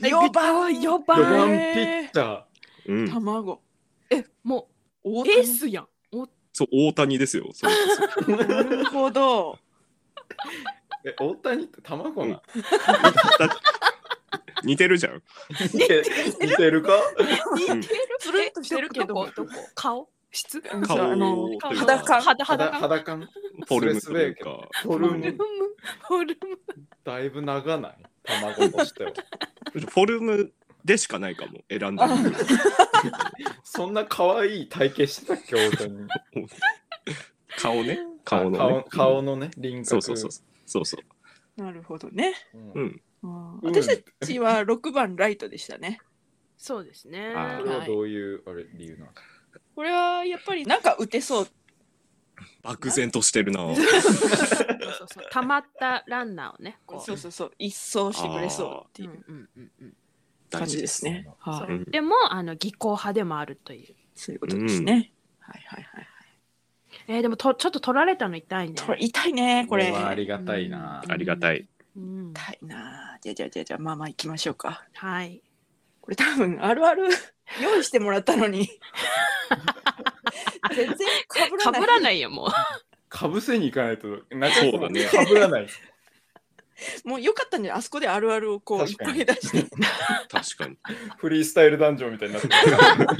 [SPEAKER 2] 4番は4
[SPEAKER 3] 4
[SPEAKER 2] 番
[SPEAKER 3] 番ピッチャー。
[SPEAKER 4] うん。
[SPEAKER 1] 卵。
[SPEAKER 2] えも
[SPEAKER 1] お
[SPEAKER 2] うエースやんお
[SPEAKER 4] そう大谷ですよ。それこそ
[SPEAKER 1] なるほど。
[SPEAKER 3] え、大谷って卵な。
[SPEAKER 4] 似てるじゃん。
[SPEAKER 3] 似て似てるか
[SPEAKER 1] つるんとしてるけど
[SPEAKER 2] こどこ顔質
[SPEAKER 1] うん
[SPEAKER 4] 顔
[SPEAKER 1] そうあの
[SPEAKER 4] というか
[SPEAKER 2] 顔
[SPEAKER 1] 裸
[SPEAKER 2] 肌
[SPEAKER 3] 肌
[SPEAKER 2] 肌
[SPEAKER 3] 肌感
[SPEAKER 4] フォルムという
[SPEAKER 3] スレスレ
[SPEAKER 4] か。
[SPEAKER 3] フォ
[SPEAKER 2] フ
[SPEAKER 3] ル
[SPEAKER 2] ォルム
[SPEAKER 3] ム
[SPEAKER 2] フォルム
[SPEAKER 3] だいぶ長ない卵としては
[SPEAKER 4] フォルムでしかないかも。選んだ理由
[SPEAKER 3] そんな可愛い体型してたっけ大谷
[SPEAKER 4] 顔ね。顔の、ね。
[SPEAKER 3] 顔顔のね輪郭
[SPEAKER 4] そうそうそう。そうそう。
[SPEAKER 1] なるほどね。
[SPEAKER 3] うん
[SPEAKER 4] うん。
[SPEAKER 1] うん
[SPEAKER 3] うん
[SPEAKER 1] 私たちは6番ライトでしたね。
[SPEAKER 2] そうですね
[SPEAKER 4] あ
[SPEAKER 3] これはどういうあれ理由なの
[SPEAKER 1] これはやっぱりなんか打てそう。
[SPEAKER 4] 漠然としてるな。
[SPEAKER 2] そうそうそう溜まったランナーをねこう
[SPEAKER 1] そうそうそう。一掃してくれそうって
[SPEAKER 2] う
[SPEAKER 1] い
[SPEAKER 2] ん
[SPEAKER 1] う
[SPEAKER 2] うんうんうん
[SPEAKER 1] 感じですね。
[SPEAKER 2] そ
[SPEAKER 1] は
[SPEAKER 2] う
[SPEAKER 1] い。
[SPEAKER 4] ん
[SPEAKER 2] でもあの技巧派でもあるという
[SPEAKER 1] そういうことですね。はいはいはい。
[SPEAKER 2] えーでもとちょっと取られたの痛いね
[SPEAKER 1] これ痛いね、これ。
[SPEAKER 3] はあ
[SPEAKER 1] 痛
[SPEAKER 3] りがたいな
[SPEAKER 2] うん
[SPEAKER 4] ありがたい。
[SPEAKER 2] うん
[SPEAKER 1] いな。じゃあじゃあじゃあじゃあまあまあ行きましょうか。
[SPEAKER 2] はい
[SPEAKER 1] これ多分あるある用意してもらったのに。全然かぶ
[SPEAKER 2] から
[SPEAKER 1] ない。
[SPEAKER 2] ぶらないよもう
[SPEAKER 3] かぶせに行かないとなん
[SPEAKER 4] そう だね
[SPEAKER 3] かぶらない
[SPEAKER 1] もうよかったんじゃないあそこであるあるをこういっ
[SPEAKER 3] 確
[SPEAKER 1] ぱ
[SPEAKER 3] かに
[SPEAKER 1] い出して。
[SPEAKER 4] 確かに。
[SPEAKER 3] フリースタイルダンジョンみたいになってる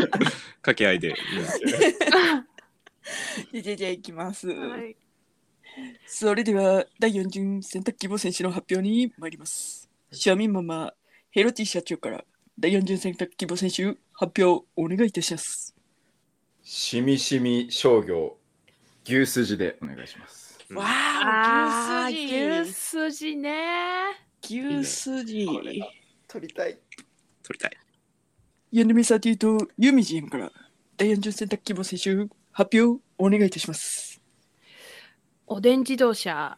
[SPEAKER 4] 掛け合いで。うん
[SPEAKER 1] じゃあじゃあじゃあ行きます。
[SPEAKER 2] はい
[SPEAKER 1] それでは第4巡選択希望選手の発表に参ります。庶民ママヘロティ社長から第4巡選択希望選手発表をお願いいたします。
[SPEAKER 3] しみしみ商業牛すじでお願いします
[SPEAKER 4] うん
[SPEAKER 1] わ
[SPEAKER 2] あ
[SPEAKER 1] あ、
[SPEAKER 2] ー牛すじね
[SPEAKER 1] 筋牛筋
[SPEAKER 3] これだ取りたい
[SPEAKER 4] 撮 りたい。
[SPEAKER 1] ヤヌミサティとユミジエムから第4巡選択希望選手発表をお願いいたします。
[SPEAKER 2] おでん自動車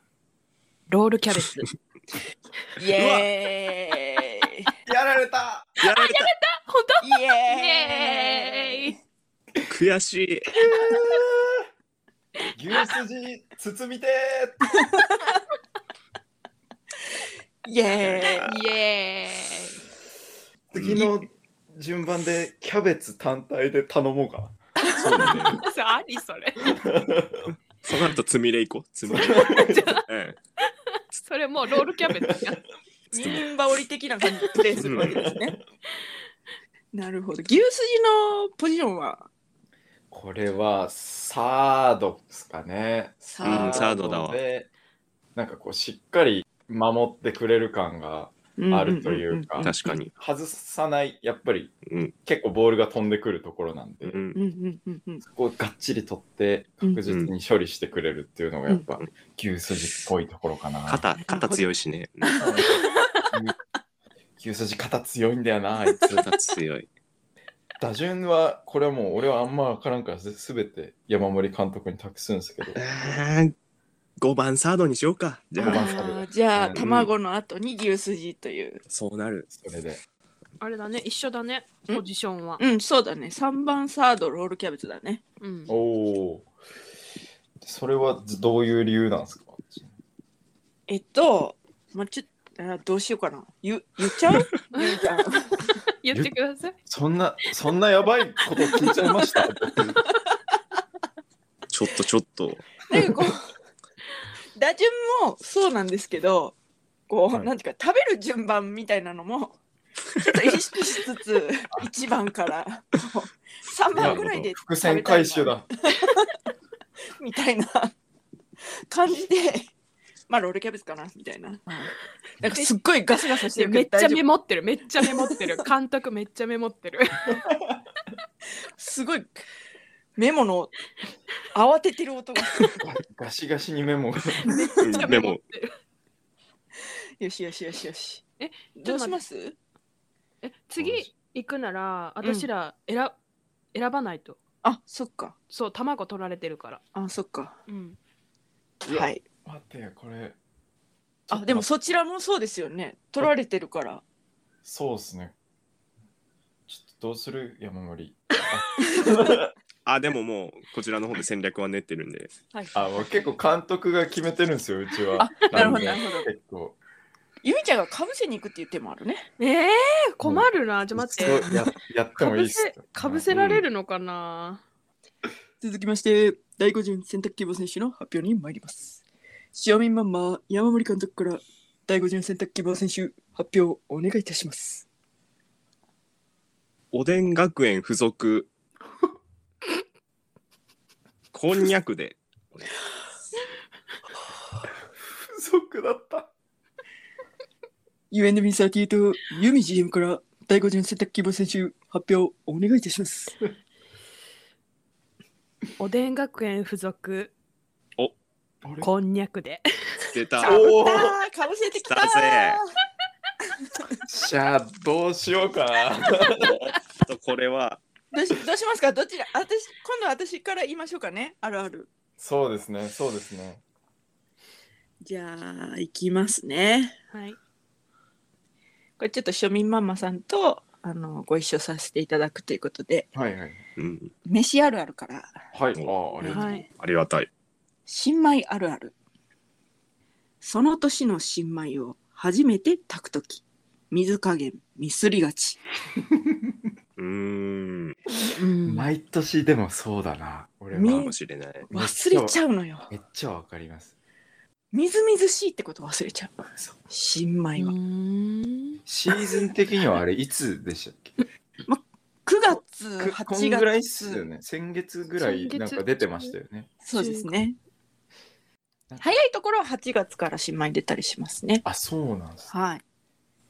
[SPEAKER 2] ロールキャベツ
[SPEAKER 1] イエーイ
[SPEAKER 3] やられた
[SPEAKER 4] やられた。
[SPEAKER 2] 本
[SPEAKER 1] イ
[SPEAKER 2] 当イエーイ
[SPEAKER 4] 悔しい。
[SPEAKER 3] 牛すじ包みてー
[SPEAKER 1] イエーイ
[SPEAKER 2] イエ
[SPEAKER 3] 次の順番でキャベツ単体で頼もうか
[SPEAKER 4] そうだね。
[SPEAKER 2] ーイそうありそれ
[SPEAKER 4] その後つみれいこう。つみ れ。うん
[SPEAKER 2] それもうロールキャベツや
[SPEAKER 4] つみれ
[SPEAKER 1] ンバ折り的な感じでプレイするわけですね。なるほど。牛すじのポジションは
[SPEAKER 3] これはサードですかね。
[SPEAKER 1] サ
[SPEAKER 4] ードうんサードだわ
[SPEAKER 3] でなんかこうしっかり守ってくれる感があるというか、
[SPEAKER 4] 確かに。
[SPEAKER 3] 外さない、やっぱり
[SPEAKER 4] うん。
[SPEAKER 3] 結構ボールが飛んでくるところなんで、
[SPEAKER 4] うん
[SPEAKER 1] う。んうんうんうん。
[SPEAKER 3] そこをがっちり取って確実に処理してくれるっていうのがやっぱ
[SPEAKER 4] うん
[SPEAKER 3] 牛筋っぽいところかな。
[SPEAKER 4] 肩、肩強いしね。うん
[SPEAKER 3] うん 牛筋肩強いんだよな、あいつ。
[SPEAKER 4] 肩強い。
[SPEAKER 3] 打順は、これはもう俺はあんま分からんから、すすべて山森監督に託すんですけ ど。
[SPEAKER 4] 五番サードにしようか。じ
[SPEAKER 3] 五
[SPEAKER 4] ゃ
[SPEAKER 3] 番
[SPEAKER 1] あ
[SPEAKER 4] あ。
[SPEAKER 1] ーじゃあ、卵の後に牛すじという。
[SPEAKER 4] そうなる。
[SPEAKER 3] それで。
[SPEAKER 2] あれだね一緒だね
[SPEAKER 1] うん
[SPEAKER 2] ポジションは
[SPEAKER 1] うん、そうだね。3番サードロールキャベツだね。
[SPEAKER 2] うん
[SPEAKER 3] おお。それはどういう理由なんですか
[SPEAKER 1] えっと、まあ、ちょっ
[SPEAKER 5] あどうしようかな。ゆ言っちゃうゆうちゃん
[SPEAKER 2] 言ってください。
[SPEAKER 3] そんなそんなやばいこと聞いちゃいました
[SPEAKER 4] ちょっとちょっと。
[SPEAKER 5] なんかこう打順もそうなんですけどこう、
[SPEAKER 3] はい
[SPEAKER 5] なんていうか食べる順番みたいなのもちょっと意識しつ つ1番から3番ぐらいで
[SPEAKER 3] 伏線回収だ
[SPEAKER 5] みたいな感じでまあロールキャベツかなみたいななんかすっごいガサガサしてる
[SPEAKER 2] め
[SPEAKER 5] け
[SPEAKER 2] っ
[SPEAKER 5] ど
[SPEAKER 2] ちゃ
[SPEAKER 5] 大丈
[SPEAKER 2] メ
[SPEAKER 5] 夫
[SPEAKER 2] モってる。めっちゃメモってる。監督めっちゃメモってる。
[SPEAKER 5] すごいメモの慌ててる音が
[SPEAKER 3] ガシガシにメモが
[SPEAKER 4] メモ。
[SPEAKER 2] ってる。
[SPEAKER 5] よしよしよしよし
[SPEAKER 2] え
[SPEAKER 5] どうします
[SPEAKER 2] え次行くなら私ら選,、選ばないと。
[SPEAKER 5] あそっか
[SPEAKER 2] そう卵取られてるから。
[SPEAKER 5] あそっか
[SPEAKER 2] うん。
[SPEAKER 3] うわ
[SPEAKER 5] はい
[SPEAKER 3] 待ってよこれ
[SPEAKER 5] あでもそちらもそうですよね取られてるから
[SPEAKER 3] そうっすねちょっとどうする山盛り
[SPEAKER 4] あ、でももう、こちらの方で戦略は練ってるんで。
[SPEAKER 5] はい
[SPEAKER 3] あ俺結構監督が決めてるんですようちは
[SPEAKER 5] なるほ
[SPEAKER 3] ん
[SPEAKER 5] ど
[SPEAKER 3] で
[SPEAKER 5] なるほど
[SPEAKER 3] 結構
[SPEAKER 5] ゆみちゃんがかぶせに行くっていう手もあるね
[SPEAKER 2] えー、困るな。じゃあ待って。
[SPEAKER 3] そうややって
[SPEAKER 2] か
[SPEAKER 3] もいい
[SPEAKER 2] ぶ
[SPEAKER 3] っす
[SPEAKER 2] せかぶせられるのかな、
[SPEAKER 5] 続きまして第5巡選択希望選手の発表に参ります塩見マンマ山森監督から第5巡選択希望選手発表お願いいたします
[SPEAKER 4] おでん学園附属。こんにゃくで。
[SPEAKER 3] 不足だった
[SPEAKER 5] U&B38 とユミ GM から第5巡選択希望選手発表お願いいたします
[SPEAKER 2] おでん学園附属
[SPEAKER 3] あれ
[SPEAKER 2] こんにゃくで。
[SPEAKER 4] 出
[SPEAKER 5] か
[SPEAKER 4] た。
[SPEAKER 3] おー
[SPEAKER 5] かぶせてきた
[SPEAKER 4] 来たぜ
[SPEAKER 3] じゃあどうしようかな
[SPEAKER 4] とこれは、
[SPEAKER 5] どうしどうしますかどちら私今度は私から言いましょうかねあるある
[SPEAKER 3] そうですねそうですね
[SPEAKER 5] じゃあ行きますね
[SPEAKER 2] はい。
[SPEAKER 5] これちょっと庶民ママさんとあのご一緒させていただくということで
[SPEAKER 3] はいはい
[SPEAKER 4] うん、
[SPEAKER 5] 飯あるあるから
[SPEAKER 3] はいあありがとう
[SPEAKER 2] はい。
[SPEAKER 4] ありがたい。
[SPEAKER 5] 新米あるあるその年の新米を初めて炊く時水加減ミスりがち、
[SPEAKER 4] うーん、
[SPEAKER 5] うん
[SPEAKER 3] 毎年でもそうだな俺
[SPEAKER 5] み
[SPEAKER 4] か
[SPEAKER 3] は
[SPEAKER 4] もしれない。
[SPEAKER 5] 忘れちゃうのよ
[SPEAKER 3] めっちゃわかります
[SPEAKER 5] みずみずしいってこと忘れちゃう
[SPEAKER 3] そう
[SPEAKER 5] 新米は、9
[SPEAKER 3] シーズン的にはあれいつでしたっけ
[SPEAKER 5] 月
[SPEAKER 3] く
[SPEAKER 5] 8
[SPEAKER 3] こ
[SPEAKER 5] 月
[SPEAKER 3] んぐらいっすよね先月ぐらい
[SPEAKER 2] 先
[SPEAKER 3] なん
[SPEAKER 2] 月
[SPEAKER 3] か出てましたよね
[SPEAKER 5] そうですね早いところは8月から新米出たりしますね
[SPEAKER 3] あそうなんです
[SPEAKER 5] はい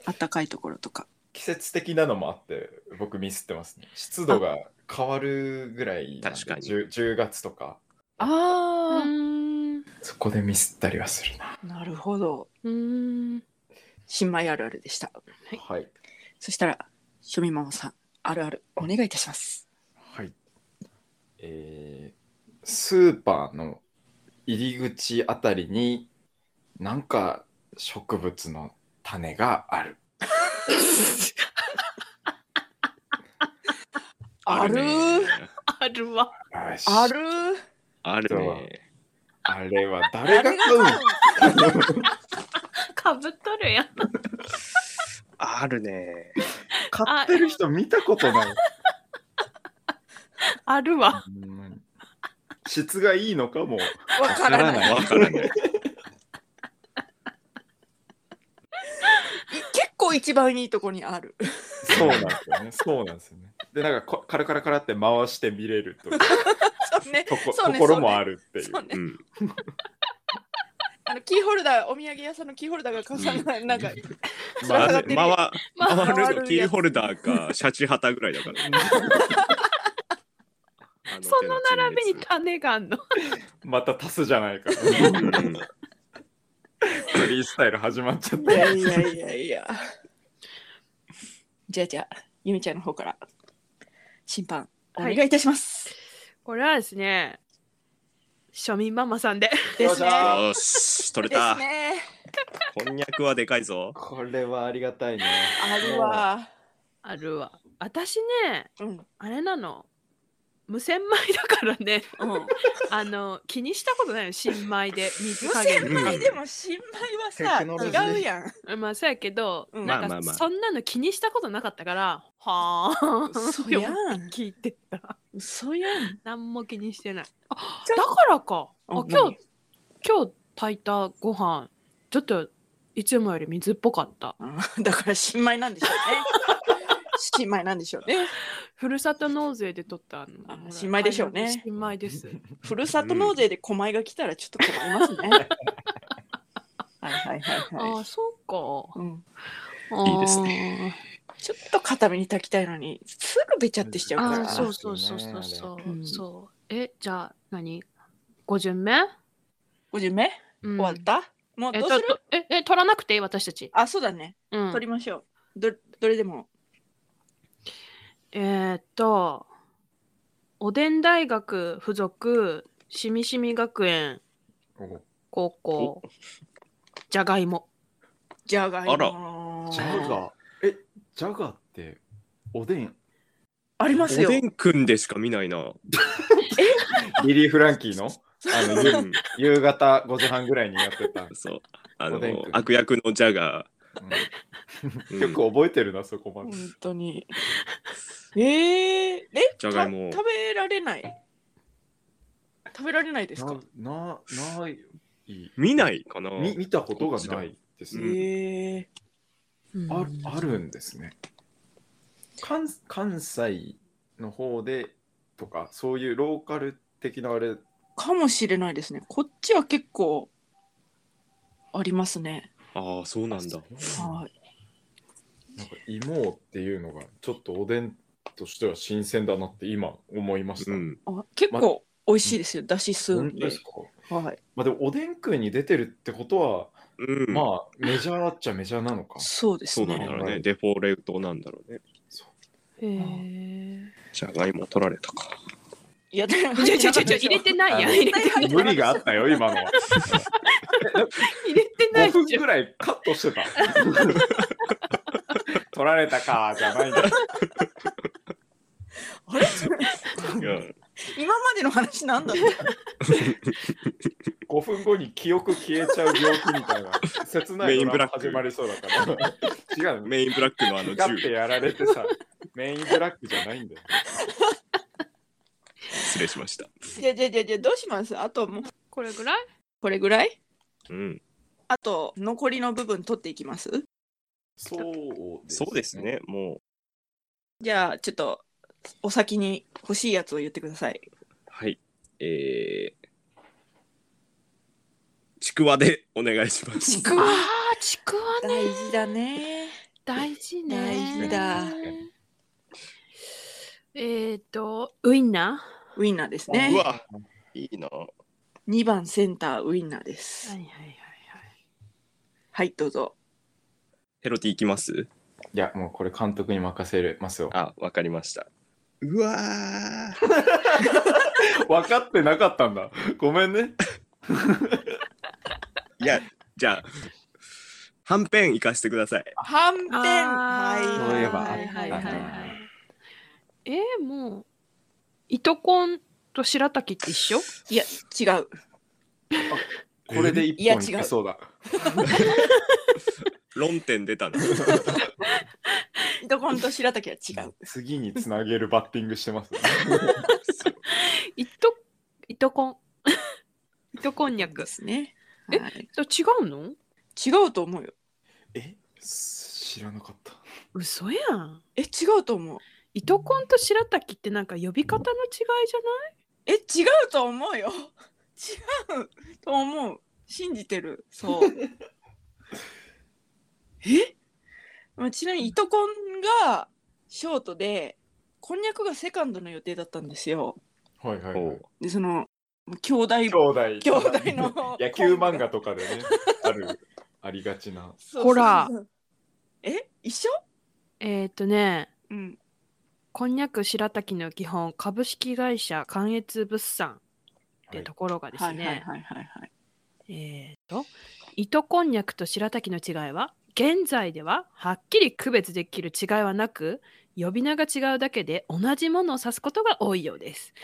[SPEAKER 5] あったかいところとか
[SPEAKER 3] 季節的なのもあって僕ミスってますね湿度が変わるぐらいなんで
[SPEAKER 4] 確かに
[SPEAKER 3] 10, 10月とか
[SPEAKER 2] う
[SPEAKER 5] あ
[SPEAKER 2] ーん。
[SPEAKER 3] そこでミスったりはするな
[SPEAKER 5] あなるほど
[SPEAKER 2] うーん。
[SPEAKER 5] 新米あるあるでした
[SPEAKER 2] はい
[SPEAKER 3] はい
[SPEAKER 5] そしたら、庶民ママさん、あるある、お願いいたします。
[SPEAKER 3] はい。えースーパーの入り口あたりになんか植物の種がある。
[SPEAKER 5] ある
[SPEAKER 4] ね
[SPEAKER 2] あるわ。
[SPEAKER 3] よし
[SPEAKER 5] ある
[SPEAKER 4] あるね。
[SPEAKER 3] あれは誰
[SPEAKER 5] 誰
[SPEAKER 3] が
[SPEAKER 5] が
[SPEAKER 3] 買
[SPEAKER 5] 買うの
[SPEAKER 3] うの
[SPEAKER 2] かぶっとるやん。
[SPEAKER 4] あるね。
[SPEAKER 3] 買ってる人見たことない。
[SPEAKER 2] あるわ。
[SPEAKER 3] ほんまに質がいいのかも。
[SPEAKER 5] わからない。
[SPEAKER 4] わからない。
[SPEAKER 5] 結構一番いいとこにある。
[SPEAKER 3] そうなんです よね。そうなんですよね。で、なんかこカラカラカラって回して見れると
[SPEAKER 5] そうね。
[SPEAKER 3] とこ
[SPEAKER 5] そう
[SPEAKER 3] と
[SPEAKER 5] ね
[SPEAKER 3] ころもあるっていう。
[SPEAKER 5] そうね
[SPEAKER 4] う。ん、
[SPEAKER 5] あのキーホルダー、お土産屋さんのキーホルダーが重なる、なんか、
[SPEAKER 3] まあ
[SPEAKER 5] 繋が
[SPEAKER 4] 回
[SPEAKER 5] ってる
[SPEAKER 4] 回
[SPEAKER 5] 回る
[SPEAKER 4] る
[SPEAKER 5] やつ
[SPEAKER 4] キーホルダーかシャチハタぐらいだから。あ
[SPEAKER 2] その並びに種があんの。
[SPEAKER 3] また足すじゃないか。
[SPEAKER 4] 手のやつうん
[SPEAKER 3] フリースタイル始まっちゃっ
[SPEAKER 5] い
[SPEAKER 3] た。
[SPEAKER 5] やいやいやいや。じゃあじゃあ、ゆみちゃんの方から、審判、お願いいたします。
[SPEAKER 2] これはですね、庶民ママさんで。
[SPEAKER 5] です
[SPEAKER 3] よいし
[SPEAKER 5] ね。
[SPEAKER 4] よし、取
[SPEAKER 5] で
[SPEAKER 4] れ
[SPEAKER 5] す
[SPEAKER 4] た。
[SPEAKER 5] ね。
[SPEAKER 4] こんにゃくはでかいぞ。
[SPEAKER 3] これはありがたいね。
[SPEAKER 5] あるわ。
[SPEAKER 2] あるわ。私ね、
[SPEAKER 5] うん。
[SPEAKER 2] あれなの。無洗米だからね
[SPEAKER 5] うん
[SPEAKER 2] あの気にしたことないの新米 で水
[SPEAKER 5] 無
[SPEAKER 2] 加
[SPEAKER 5] 洗
[SPEAKER 2] 減
[SPEAKER 4] うん
[SPEAKER 5] 米でも新米
[SPEAKER 3] テクノロジ
[SPEAKER 5] は
[SPEAKER 3] ー
[SPEAKER 5] さ違うやん
[SPEAKER 2] まあそうやけど、
[SPEAKER 5] うん
[SPEAKER 2] なんか、
[SPEAKER 4] まあまあまあ
[SPEAKER 2] そんなの気にしたことなかったからはあ
[SPEAKER 5] 嘘やん
[SPEAKER 2] 聞いてた
[SPEAKER 5] 嘘やん
[SPEAKER 2] 何も気にしてないあ
[SPEAKER 5] ちょ
[SPEAKER 2] だからかあ
[SPEAKER 5] うん
[SPEAKER 2] 今日今日炊いたご飯ちょっといつもより水っぽかった
[SPEAKER 5] うんだから新米なんでしょうね新米なんでしょうね
[SPEAKER 2] ふるさと納税で取ったあの
[SPEAKER 5] あ
[SPEAKER 2] ほら
[SPEAKER 5] 新米でしょうね
[SPEAKER 2] 新米です
[SPEAKER 5] ふるさと納税で狛江が来たらちょっと困りますねはいはいはい
[SPEAKER 2] あ
[SPEAKER 5] は
[SPEAKER 2] あそうか
[SPEAKER 5] い、うん、
[SPEAKER 4] いいです
[SPEAKER 2] ね
[SPEAKER 5] ちょっと固めに炊きたいのにすぐべちゃってしちゃうか
[SPEAKER 2] あ
[SPEAKER 5] ら
[SPEAKER 2] あそうそうそうそうそうう、
[SPEAKER 5] ん
[SPEAKER 2] そうえじゃあ何五巡目、
[SPEAKER 5] 5巡目
[SPEAKER 2] うん
[SPEAKER 5] 終わった、もう
[SPEAKER 2] え
[SPEAKER 5] どう
[SPEAKER 2] ちょ
[SPEAKER 5] す
[SPEAKER 2] っ
[SPEAKER 5] る
[SPEAKER 2] とええ取らなくていい私たち、
[SPEAKER 5] あそうだね
[SPEAKER 2] うん
[SPEAKER 5] 取、りましょうどどれでも
[SPEAKER 2] えーっとおでん大学附属しみしみ学園
[SPEAKER 3] お
[SPEAKER 2] 高校じゃがいも
[SPEAKER 5] じゃがいも
[SPEAKER 4] あら
[SPEAKER 3] ジャガえジャガっておでん
[SPEAKER 5] あります
[SPEAKER 4] お
[SPEAKER 5] よ
[SPEAKER 4] でんくんでしか見ないな。
[SPEAKER 3] リリー・フランキーのあの
[SPEAKER 4] う
[SPEAKER 3] 夕
[SPEAKER 4] ん、
[SPEAKER 3] 夕方5時半ぐらいにやって た、
[SPEAKER 4] そう。あ
[SPEAKER 3] おでん
[SPEAKER 4] の
[SPEAKER 3] く、ん
[SPEAKER 4] 悪役のジャガ
[SPEAKER 3] う
[SPEAKER 4] ー。
[SPEAKER 3] んよく覚えてるなそこま
[SPEAKER 5] 本
[SPEAKER 3] で、
[SPEAKER 5] 当にえー、え
[SPEAKER 4] じゃ
[SPEAKER 5] た
[SPEAKER 4] がいも
[SPEAKER 5] 食べられない食べられないですか
[SPEAKER 3] ななない
[SPEAKER 4] 見ないかな。
[SPEAKER 3] み見たことがないです
[SPEAKER 5] え
[SPEAKER 3] ね、
[SPEAKER 5] ー、
[SPEAKER 3] あるあるんですね関関西の方でとかそういうローカル的なあれ
[SPEAKER 5] かもしれないですねこっちは結構ありますね
[SPEAKER 4] ああ、そうなんだ。
[SPEAKER 5] はい
[SPEAKER 3] なんか芋っていうのがちょっとおでんとしては新鮮だなって今思いました、
[SPEAKER 4] うん。
[SPEAKER 5] あ結構美味しいですよだし吸う
[SPEAKER 3] 本
[SPEAKER 5] ん
[SPEAKER 3] 当
[SPEAKER 5] で
[SPEAKER 3] ですか
[SPEAKER 5] はい
[SPEAKER 3] まあでもおでんくんに出てるってことは、
[SPEAKER 4] うん。
[SPEAKER 3] ま
[SPEAKER 4] あ、
[SPEAKER 3] あメジャーっちゃメジャーなのか
[SPEAKER 5] そうです
[SPEAKER 4] そうなんだ
[SPEAKER 5] ね
[SPEAKER 4] ろう
[SPEAKER 3] は
[SPEAKER 4] ね。
[SPEAKER 3] い
[SPEAKER 4] デフォレートなんだろうね。
[SPEAKER 2] へえ
[SPEAKER 4] じゃがいも取られたか。
[SPEAKER 5] いやでも
[SPEAKER 2] ちょちょちょちょ入れてないやん
[SPEAKER 3] あ
[SPEAKER 2] 入れてない
[SPEAKER 3] 無理があったよ今のは
[SPEAKER 2] 入れてな
[SPEAKER 3] 5
[SPEAKER 2] いじ
[SPEAKER 3] 分
[SPEAKER 2] ゃん
[SPEAKER 3] ぐらいカットしてた取られたかじゃないんだ
[SPEAKER 5] あれ
[SPEAKER 4] いや、
[SPEAKER 5] 今までの話なん だろう
[SPEAKER 3] 5分後に記憶消えちゃう病気みたいな切ないドラマ始まりそうだから違う
[SPEAKER 4] メインブラックのあの
[SPEAKER 3] ガッて
[SPEAKER 4] 銃、
[SPEAKER 3] やられてさメインブラックじゃないんだよ
[SPEAKER 4] 失礼しました。
[SPEAKER 5] じゃじゃじゃじゃどうしますあともう
[SPEAKER 2] これぐらい
[SPEAKER 5] これぐらい
[SPEAKER 4] うん。
[SPEAKER 5] あと残りの部分取っていきます
[SPEAKER 3] そう
[SPEAKER 4] そうですね。もう、
[SPEAKER 5] じゃあちょっとお先に欲しいやつを言ってください
[SPEAKER 4] はい。えー。ちくわでお願いします。
[SPEAKER 5] ち
[SPEAKER 2] あーちくわね
[SPEAKER 5] 大事だね
[SPEAKER 2] 大事ね
[SPEAKER 5] 大事だ
[SPEAKER 2] えっ、とウインナ
[SPEAKER 5] ウインナーです
[SPEAKER 4] う
[SPEAKER 5] ね
[SPEAKER 4] わいいな。
[SPEAKER 5] 2番センターウインナーです
[SPEAKER 2] ー
[SPEAKER 5] はい、
[SPEAKER 2] いはいはい
[SPEAKER 5] どうぞ
[SPEAKER 4] ヘロティいきます
[SPEAKER 3] いやもうこれ監督に任せますよ
[SPEAKER 4] あ、わかりました。うわー
[SPEAKER 3] 分かってなかったんだごめんね
[SPEAKER 4] いや、じゃあ、はんぺんいかしてください。
[SPEAKER 5] はんぺん
[SPEAKER 2] あー
[SPEAKER 5] はい
[SPEAKER 3] そういえばあった
[SPEAKER 2] はい
[SPEAKER 3] ね
[SPEAKER 2] はいはいは
[SPEAKER 5] はい
[SPEAKER 2] えー、もう糸コンと白滝って一緒
[SPEAKER 5] いや違う
[SPEAKER 3] これで
[SPEAKER 5] い
[SPEAKER 3] 一
[SPEAKER 5] や違
[SPEAKER 3] 本
[SPEAKER 5] う
[SPEAKER 3] いけそうだ
[SPEAKER 4] 論点出たな。
[SPEAKER 5] 糸こんと白滝は違う
[SPEAKER 3] 次につなげるバッティングしてます、ね、
[SPEAKER 2] 糸糸コン糸こんにゃ
[SPEAKER 5] で
[SPEAKER 2] く
[SPEAKER 5] すね
[SPEAKER 2] え
[SPEAKER 5] はい
[SPEAKER 2] と違うの
[SPEAKER 5] 違うと思うよ
[SPEAKER 3] え知らなかった
[SPEAKER 2] 嘘やん
[SPEAKER 5] え違うと思う
[SPEAKER 2] 糸コンと白滝ってなんか呼び方の違いじゃない
[SPEAKER 5] え違うと思うよ 違うと思う信じてるそう え、まあ、ちなみに糸こんがショートでこんにゃくがセカンドの予定だったんですよ
[SPEAKER 3] はいはい、
[SPEAKER 4] お、
[SPEAKER 3] はいう
[SPEAKER 5] でその兄弟
[SPEAKER 3] 兄弟
[SPEAKER 5] 兄弟の
[SPEAKER 3] 野球漫画とかでねあるありがちな
[SPEAKER 5] そうそうそう
[SPEAKER 2] ほら
[SPEAKER 5] え一緒
[SPEAKER 2] えっ、とね
[SPEAKER 5] うん
[SPEAKER 2] こんにゃく白滝の基本株式会社関越物産ってところがですね、
[SPEAKER 5] はいはいはいはいはい
[SPEAKER 2] えー、と糸こんにゃくと白滝の違いは現在でははっきり区別できる違いはなく呼び名が違うだけで同じものを指すことが多いようです。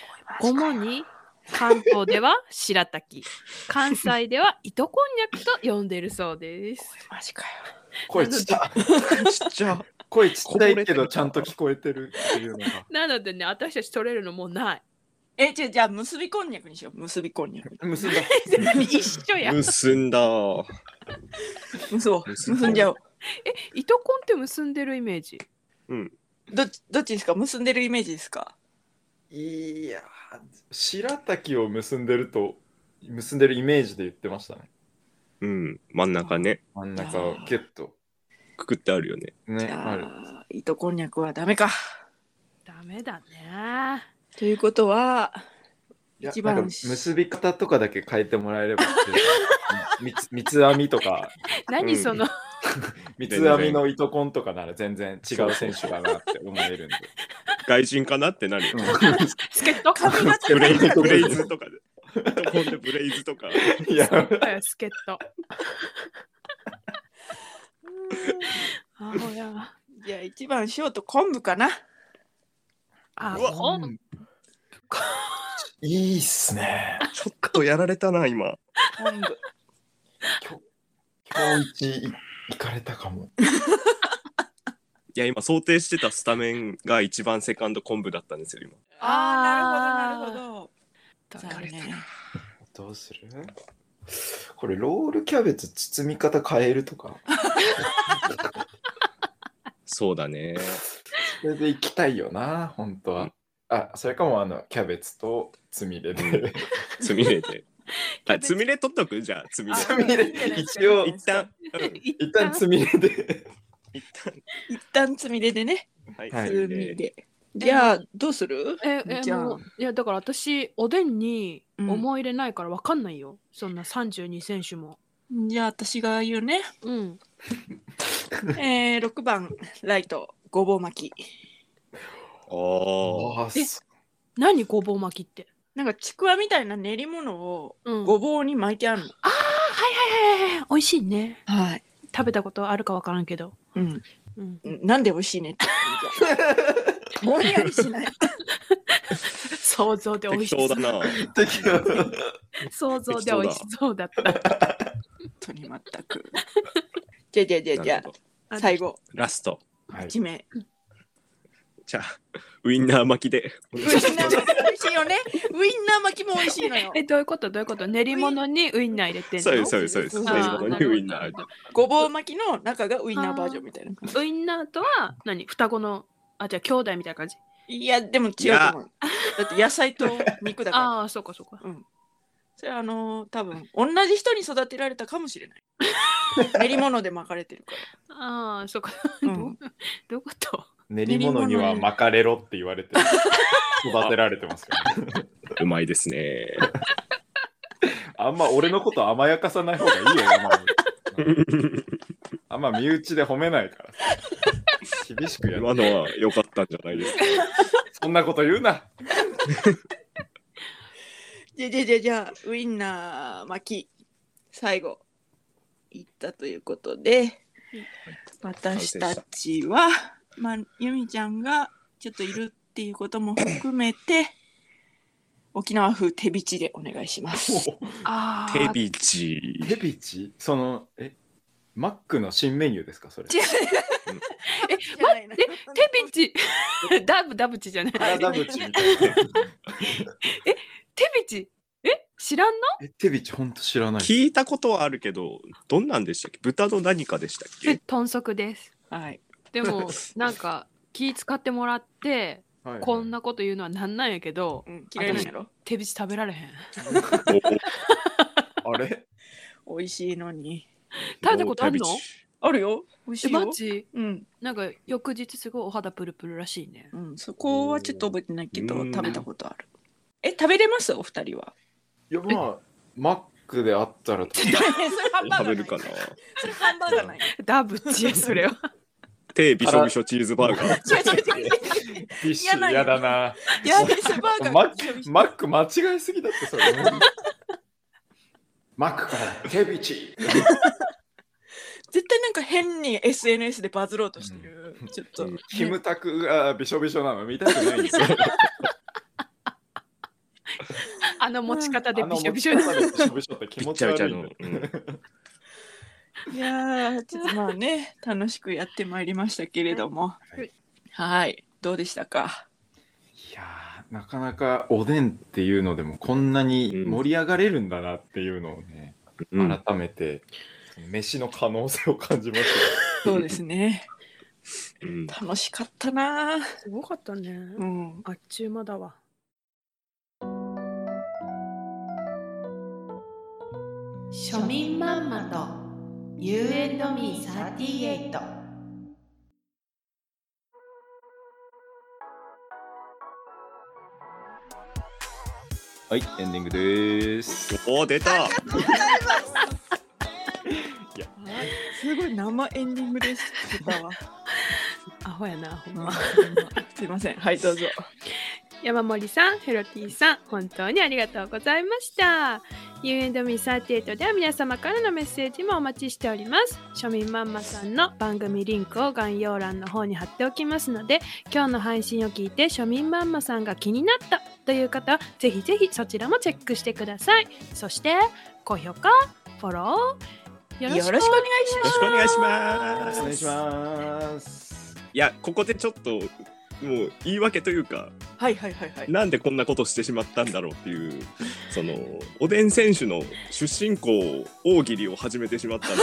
[SPEAKER 2] 主に関東では白滝、関西では糸こんにゃくと呼んでいるそう です。
[SPEAKER 5] マジかよ。
[SPEAKER 3] 声ちっちゃ。
[SPEAKER 4] ちっちゃ。
[SPEAKER 3] 声ちっちゃいけどちゃんと聞こえてるっていうのが。
[SPEAKER 2] なのでね、私たち取れるのもうない。
[SPEAKER 5] え、じゃあじゃあ結びこんにゃくにしよう。結びこんにゃく。
[SPEAKER 3] 結んだ。
[SPEAKER 2] 一緒や。
[SPEAKER 4] 結んだ。
[SPEAKER 5] そう。
[SPEAKER 4] 結びこん
[SPEAKER 5] 結んじゃおう。
[SPEAKER 2] 糸こんって結んでるイメージ。
[SPEAKER 4] うん。
[SPEAKER 5] どっちどっちですか結んでるイメージですか
[SPEAKER 3] いやー、白滝を結んでると、結んでるイメージで言ってましたね。
[SPEAKER 4] うん。真ん中ね。
[SPEAKER 3] 真ん中をキュッと。
[SPEAKER 4] くくってあるよね。
[SPEAKER 3] ね、
[SPEAKER 5] じゃ
[SPEAKER 3] ある。
[SPEAKER 5] あ、糸こんにゃくはダメか。
[SPEAKER 2] ダメだね。
[SPEAKER 5] ということは、
[SPEAKER 3] いや
[SPEAKER 5] 一番
[SPEAKER 3] なんか結び方とかだけ変えてもらえればっていううん 三つ三つ編みとか
[SPEAKER 2] 何その、
[SPEAKER 3] 三つ編みの糸コンとかなら全然違う選手だなって思え るんで、
[SPEAKER 4] 外人かなってなるよ。
[SPEAKER 2] 助っ人
[SPEAKER 5] 髪型
[SPEAKER 4] ブレイズブレイズとかで。ほんでブレイズとか。
[SPEAKER 3] いや
[SPEAKER 2] 助っ人。あほや。
[SPEAKER 5] じゃあ一番ショート昆布かな。
[SPEAKER 2] あ
[SPEAKER 4] うわ
[SPEAKER 2] ほん
[SPEAKER 3] いいっすね
[SPEAKER 4] ちょっとやられたな、今。
[SPEAKER 5] 昆布。
[SPEAKER 3] 今日一い行かれたかも
[SPEAKER 4] いや、今想定してたスタメンが一番セカンドコンブだったんですよ、今。
[SPEAKER 5] ああ、なるほど、なるほ
[SPEAKER 2] だ
[SPEAKER 5] ど。
[SPEAKER 2] から
[SPEAKER 5] 残念
[SPEAKER 3] どうするこれロールキャベツ包み方変えるとか
[SPEAKER 4] そうだ ね。
[SPEAKER 3] それで行きたいよな本当はあそれかもあのキャベツとつみれで
[SPEAKER 4] つみれで。
[SPEAKER 2] キ
[SPEAKER 4] あ、
[SPEAKER 2] ャベツ
[SPEAKER 4] つみれ取っとくじゃあ、つみ
[SPEAKER 5] あ
[SPEAKER 4] れ。
[SPEAKER 3] つみれ一応
[SPEAKER 4] 一旦。うん
[SPEAKER 3] 一旦つみれで
[SPEAKER 4] 一旦。
[SPEAKER 5] 一旦つみれでね。
[SPEAKER 4] はい。
[SPEAKER 3] はい
[SPEAKER 5] つ
[SPEAKER 4] つみ
[SPEAKER 5] みれ
[SPEAKER 4] れで
[SPEAKER 5] で。じゃあ、どうする
[SPEAKER 2] ええ
[SPEAKER 5] じゃあ
[SPEAKER 2] もういやだから私おでんに
[SPEAKER 5] うん
[SPEAKER 2] 思い入れないからわかんないよ、そんな32選手も
[SPEAKER 5] じゃあ、私が言う ね。
[SPEAKER 2] うん
[SPEAKER 5] えー、6番、ライト、ごぼう巻き。
[SPEAKER 4] おー
[SPEAKER 3] あ
[SPEAKER 2] え
[SPEAKER 3] そ
[SPEAKER 2] 何ごぼう巻きって
[SPEAKER 5] なんかちくわみたいな練り物を
[SPEAKER 2] うん
[SPEAKER 5] ごぼうに巻いてあるの。
[SPEAKER 2] はいはいはいはい美味しいね
[SPEAKER 5] はい。
[SPEAKER 2] 食べたことあるかわからんけど、
[SPEAKER 5] うん。
[SPEAKER 2] うん、
[SPEAKER 5] なんで美味しいねって言うんじゃん。ぼんやりしない。
[SPEAKER 2] 想像で美味
[SPEAKER 4] 適
[SPEAKER 2] しそ
[SPEAKER 4] 当だな。
[SPEAKER 2] う
[SPEAKER 3] う適当
[SPEAKER 2] 想像で美味しそうだった
[SPEAKER 5] 本当に全く。 じゃあじゃあじゃあじ
[SPEAKER 4] な
[SPEAKER 5] ゃ
[SPEAKER 4] るほど
[SPEAKER 5] あ、最後、
[SPEAKER 4] ラスト。
[SPEAKER 3] はい
[SPEAKER 5] 一名。
[SPEAKER 4] じゃあ、ウインナー巻きで。
[SPEAKER 5] ウインナー巻き美味しいよね。ウインナー巻きも美味しいのよ。
[SPEAKER 2] えどういうことどういうこと練り物にウインナー入れてんの
[SPEAKER 4] そうです、そうです、そうです。
[SPEAKER 5] あー
[SPEAKER 4] 最後にウインナー。
[SPEAKER 5] ごぼう巻きの中がウインナーバージョンみたいな感じ。
[SPEAKER 2] ウインナーとは何双子のあじゃあ兄弟みたいな感じ
[SPEAKER 5] いや、でも違うと思う。だって野菜と肉だから。
[SPEAKER 2] ああそうかそうか
[SPEAKER 5] うん。それはあのー多分同じ人に育てられたかもしれ ない。練り物で巻かれてるか
[SPEAKER 2] ああそうか、
[SPEAKER 5] うん
[SPEAKER 2] どうどういうこと
[SPEAKER 3] 練り物には巻かれろって言われて育てられてますから、 ね、
[SPEAKER 4] うまいですね。
[SPEAKER 3] あんま俺のこと甘やかさない方がいいよ山本 あんま身内で褒めないからさ厳しくやる
[SPEAKER 4] 今のは良かったんじゃないですか。
[SPEAKER 3] そんなこと言うな
[SPEAKER 5] ら。じゃあじゃあじゃあじゃあウインナー巻き最後いったということで私たちはまあ由美ちゃんがちょっといるっていうことも含めて沖縄風手びちでお願いし ます。
[SPEAKER 2] ああ
[SPEAKER 4] 手びち。
[SPEAKER 3] ヘビチそのえマックの新メニューですかそれ
[SPEAKER 5] 違う
[SPEAKER 2] え
[SPEAKER 5] じゃないな
[SPEAKER 2] え手びち ダブダブチじゃない
[SPEAKER 3] 体口みたいな
[SPEAKER 2] 手びちえ知らんの
[SPEAKER 3] え手びちほんと知らない
[SPEAKER 4] 聞いたことはあるけど、どんなんでしたっけ豚の何かでしたっ け
[SPEAKER 2] 豚足です
[SPEAKER 5] はい。
[SPEAKER 2] でもなんか気使ってもらって
[SPEAKER 3] はいはい
[SPEAKER 2] こんなこと言うのはなんなんやけど
[SPEAKER 5] うん、嫌いなんやろ
[SPEAKER 2] 手びち食べられへん
[SPEAKER 3] あれ
[SPEAKER 5] 美味しいのに。
[SPEAKER 2] 食べたことあるの
[SPEAKER 4] お手びち
[SPEAKER 5] あるよ。美味し
[SPEAKER 2] え
[SPEAKER 5] いよ。
[SPEAKER 2] マジ
[SPEAKER 5] うん。
[SPEAKER 2] なんか翌日すごいお肌プルプルらしいね
[SPEAKER 5] うん、そこはちょっと覚えてないけど
[SPEAKER 4] うん
[SPEAKER 5] 食べたことある。え食べれますお二人は。
[SPEAKER 3] いやまあマックであったら
[SPEAKER 5] それ ハンバ
[SPEAKER 4] 食べ
[SPEAKER 5] ーガーな
[SPEAKER 4] る
[SPEAKER 5] い。
[SPEAKER 4] かな
[SPEAKER 5] それハンバーガーない。
[SPEAKER 2] ダブチやそれは
[SPEAKER 4] 手びしょびしょチーズバーガー。
[SPEAKER 5] 違う違う違う違う。
[SPEAKER 3] ビッシュ嫌だな
[SPEAKER 5] ヤーデスバーガー
[SPEAKER 3] マ
[SPEAKER 5] が
[SPEAKER 3] ックマック間違いすぎだってそれ。マックから手びち。
[SPEAKER 5] 絶対なんか変に SNS でバズろうとしてる
[SPEAKER 1] ちょっと、
[SPEAKER 4] うん
[SPEAKER 3] キムタクがびしょびしょなの見たくないんですよ。
[SPEAKER 2] あの持ち方で
[SPEAKER 3] あの
[SPEAKER 2] びしょびしょに
[SPEAKER 3] 持ち方でびしょびしょって気
[SPEAKER 4] びっ
[SPEAKER 3] 持
[SPEAKER 4] ち
[SPEAKER 3] ち
[SPEAKER 4] ゃびちゃ
[SPEAKER 3] 悪い
[SPEAKER 4] の
[SPEAKER 3] ん。
[SPEAKER 4] うん
[SPEAKER 1] いやーちょっとまあね楽しくやってまいりましたけれども
[SPEAKER 2] はい
[SPEAKER 1] はいどうでしたか
[SPEAKER 3] いやーなかなかおでんっていうのでもこんなに盛り上がれるんだなっていうのをね、
[SPEAKER 4] うん
[SPEAKER 3] 改めて飯の可能性を感じまし
[SPEAKER 1] そうですね
[SPEAKER 4] うん
[SPEAKER 1] 楽しかったなー
[SPEAKER 2] すごかったね。
[SPEAKER 1] うん
[SPEAKER 2] あっちゅう間だわ。
[SPEAKER 6] 庶民マンマと U&Me38
[SPEAKER 3] た。はいエンディングです。
[SPEAKER 4] おー出た
[SPEAKER 1] すごい生エンディングですだ わ、
[SPEAKER 2] アホやな、ほん
[SPEAKER 1] うん
[SPEAKER 2] ま。
[SPEAKER 1] すいませんはいどうぞ
[SPEAKER 2] 山森さん、ヘロティさん、本当にありがとうございました。U&Me38 では皆様からのメッセージもお待ちしております。庶民マンマさんの番組リンクを概要欄の方に貼っておきますので、今日の配信を聞いて庶民マンマさんが気になったという方は、ぜひぜひそちらもチェックしてください。そして、高評価、フォロー、よ
[SPEAKER 1] よ
[SPEAKER 2] ろ
[SPEAKER 1] ろ
[SPEAKER 2] し
[SPEAKER 1] し
[SPEAKER 2] く
[SPEAKER 1] くお願いし
[SPEAKER 4] よろしくお願いしま
[SPEAKER 3] お
[SPEAKER 4] す。
[SPEAKER 3] 願いします。
[SPEAKER 4] いや、ここでちょっと、もう言い訳というか、
[SPEAKER 1] ますはいはいはいはい
[SPEAKER 4] なんでこんなことしてしまったんだろうっていう、その、おでん選手の出身校、大喜利を始めてしま ったので、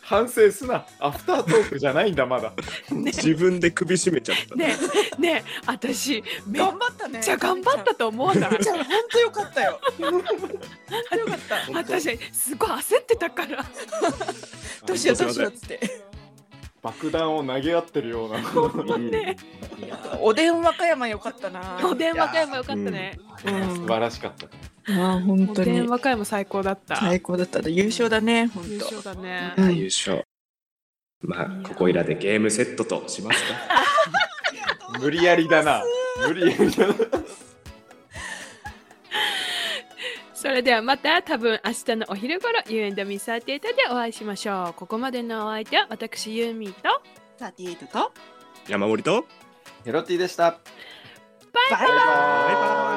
[SPEAKER 3] 反省すな。アフタートークじゃないんだ、まだ。
[SPEAKER 4] 自分で首絞めちゃった。
[SPEAKER 2] ねえ、ねえ、私、めっ
[SPEAKER 1] 頑張ったね
[SPEAKER 2] ちゃ頑張ったと思わ
[SPEAKER 1] め
[SPEAKER 2] な
[SPEAKER 1] っ
[SPEAKER 2] い
[SPEAKER 1] ちゃ本当よかったよ本当よかった
[SPEAKER 2] 私すごい焦ってた から
[SPEAKER 1] どうしようどうしようっつって
[SPEAKER 3] 爆弾を投げ合ってるような。
[SPEAKER 4] うん
[SPEAKER 1] おでん和歌山よかったな
[SPEAKER 2] おでん和歌山よかったね、
[SPEAKER 1] うん
[SPEAKER 3] 素晴らしかった。
[SPEAKER 1] ああ本
[SPEAKER 2] おでん和歌山最高だった
[SPEAKER 1] 最高だった優勝だね本
[SPEAKER 2] 優
[SPEAKER 1] 当
[SPEAKER 2] 勝だね
[SPEAKER 1] うん
[SPEAKER 4] 優勝。まあ、ここいらでゲームセットとします か。
[SPEAKER 3] 無理やりだな。無理やりだな。
[SPEAKER 2] それではまた多分明日のお昼頃 You and Me38 でお会いしましょうここまでのお相手は私ユーミーと
[SPEAKER 1] 38と
[SPEAKER 4] 山盛りと
[SPEAKER 3] ヘロティでした。
[SPEAKER 2] バイバイ
[SPEAKER 3] バイバイ。